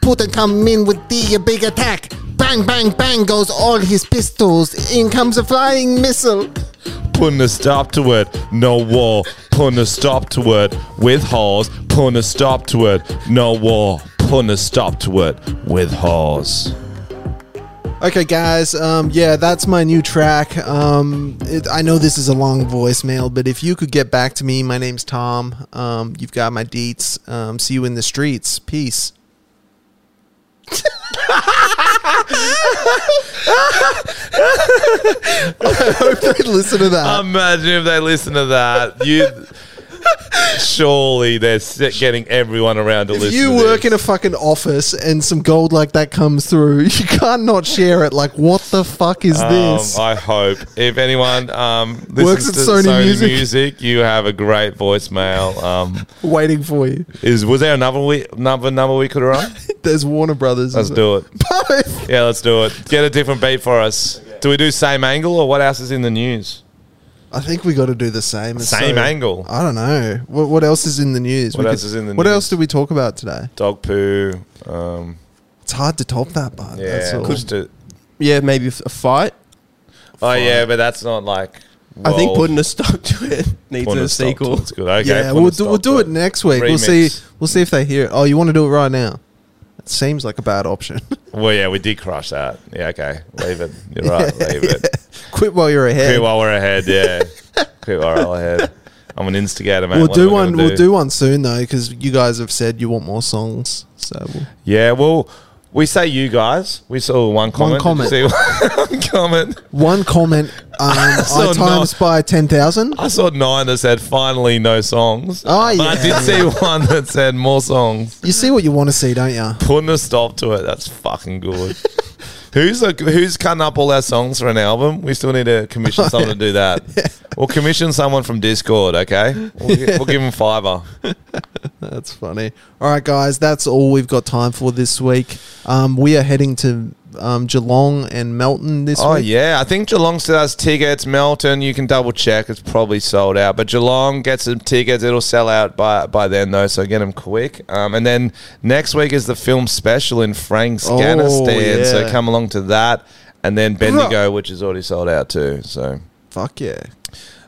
Speaker 2: Putin come in with the big attack. Bang, bang, bang goes all his pistols. In comes a flying missile.
Speaker 1: putting a stop to it. No war, putting a stop to it. With whores, putting a stop to it. No war, putting a stop to it. With whores.
Speaker 2: Okay, guys. Um, yeah, that's my new track. Um, it, I know this is a long voicemail, but if you could get back to me, my name's Tom. Um, you've got my deets. Um, see you in the streets. Peace. I hope they listen to that.
Speaker 1: Imagine if they listen to that. You. Surely they're si- getting everyone around to
Speaker 2: if
Speaker 1: listen.
Speaker 2: you
Speaker 1: to
Speaker 2: work
Speaker 1: this.
Speaker 2: in a fucking office and some gold like that comes through, you can't not share it. Like, what the fuck is this?
Speaker 1: Um, I hope if anyone um, listens
Speaker 2: Works at
Speaker 1: to
Speaker 2: Sony
Speaker 1: Sony,
Speaker 2: Music.
Speaker 1: Music. you have a great voicemail. Um,
Speaker 2: Waiting for you.
Speaker 1: is was there another we another number we could run?
Speaker 2: There's Warner Brothers.
Speaker 1: Let's do it.
Speaker 2: Both.
Speaker 1: Yeah, let's do it. Get a different beat for us. Do we do same angle or what else is in the news?
Speaker 2: I think we got to do the same. It's
Speaker 1: Same
Speaker 2: so-
Speaker 1: angle.
Speaker 2: I don't know. What, what else is in the news?
Speaker 1: What else is in the
Speaker 2: What
Speaker 1: news?
Speaker 2: else did we talk about today?
Speaker 1: Dog poo. Um,
Speaker 2: It's hard to top that, but that's
Speaker 1: yeah.
Speaker 2: all.
Speaker 1: just a-
Speaker 3: Yeah, maybe f- a fight.
Speaker 1: oh yeah, but that's not like.
Speaker 3: I think
Speaker 1: world-
Speaker 3: putting a stop to it needs
Speaker 1: putting
Speaker 3: a
Speaker 1: stop to
Speaker 3: sequel.
Speaker 1: It's good. Okay.
Speaker 2: yeah,
Speaker 1: putting
Speaker 2: we'll
Speaker 1: a
Speaker 2: do,
Speaker 1: stop
Speaker 2: we'll do
Speaker 1: to
Speaker 2: it next week. We'll see.
Speaker 1: Remix.
Speaker 2: We'll see if they hear it. Oh, you want to do it right now? That seems like a bad option.
Speaker 1: Well, yeah, we did crush that. Yeah, okay. Leave it. You're right. Leave it.
Speaker 2: Quit while you're ahead.
Speaker 1: Quit while we're ahead. Yeah. Quit while we're ahead. I'm an instigator, man.
Speaker 2: we'll
Speaker 1: What
Speaker 2: do
Speaker 1: am I gonna
Speaker 2: one. We'll do one soon though, because you guys have said you want more songs. So we'll,
Speaker 1: Yeah. Well, we say you guys. We saw one comment.
Speaker 2: comment.
Speaker 1: Did you see one comment.
Speaker 2: one comment, um, I
Speaker 1: So
Speaker 2: times by ten thousand.
Speaker 1: I saw nine that said finally no songs.
Speaker 2: Oh,
Speaker 1: But
Speaker 2: yeah.
Speaker 1: I did see one that said more songs.
Speaker 2: You see what you want to see, don't you?
Speaker 1: Putting a stop to it. That's fucking good. who's a, who's cutting up all our songs for an album? We still need to
Speaker 2: Oh,
Speaker 1: commission someone to do that. We'll commission someone from Discord. Okay, we'll, gi- we'll give them fiver.
Speaker 2: That's funny. All right, guys, that's all we've got time for this week. Um, we are heading to um, Geelong and Melton this
Speaker 1: Oh
Speaker 2: week.
Speaker 1: yeah, I think Geelong still has tickets. Melton, you can double check; it's probably sold out. But Geelong get some tickets; it'll sell out by by then though, so get them quick. Um, and then next week is the film special in Frank's
Speaker 2: Oh,
Speaker 1: Afghanistan, so
Speaker 2: yeah.
Speaker 1: come along to that. And then Bendigo, which is already sold out too. So
Speaker 2: Fuck yeah.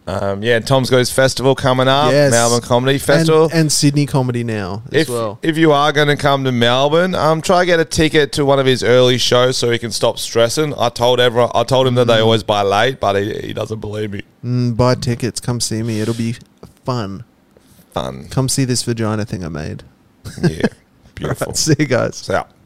Speaker 1: um, yeah, Tom's Goes Festival coming up,
Speaker 2: Yes.
Speaker 1: Melbourne Comedy
Speaker 2: And,
Speaker 1: Festival.
Speaker 2: and Sydney comedy now as
Speaker 1: if,
Speaker 2: well.
Speaker 1: if you are going to come to Melbourne, um, try to get a ticket to one of his early shows so he can stop stressing. I told everyone, I told him that they always buy late, but he, he doesn't believe me.
Speaker 2: Mm, buy tickets. Come see me. It'll be fun.
Speaker 1: Fun,
Speaker 2: Come see this vagina thing I made.
Speaker 1: yeah, beautiful.
Speaker 2: See you guys.
Speaker 1: So.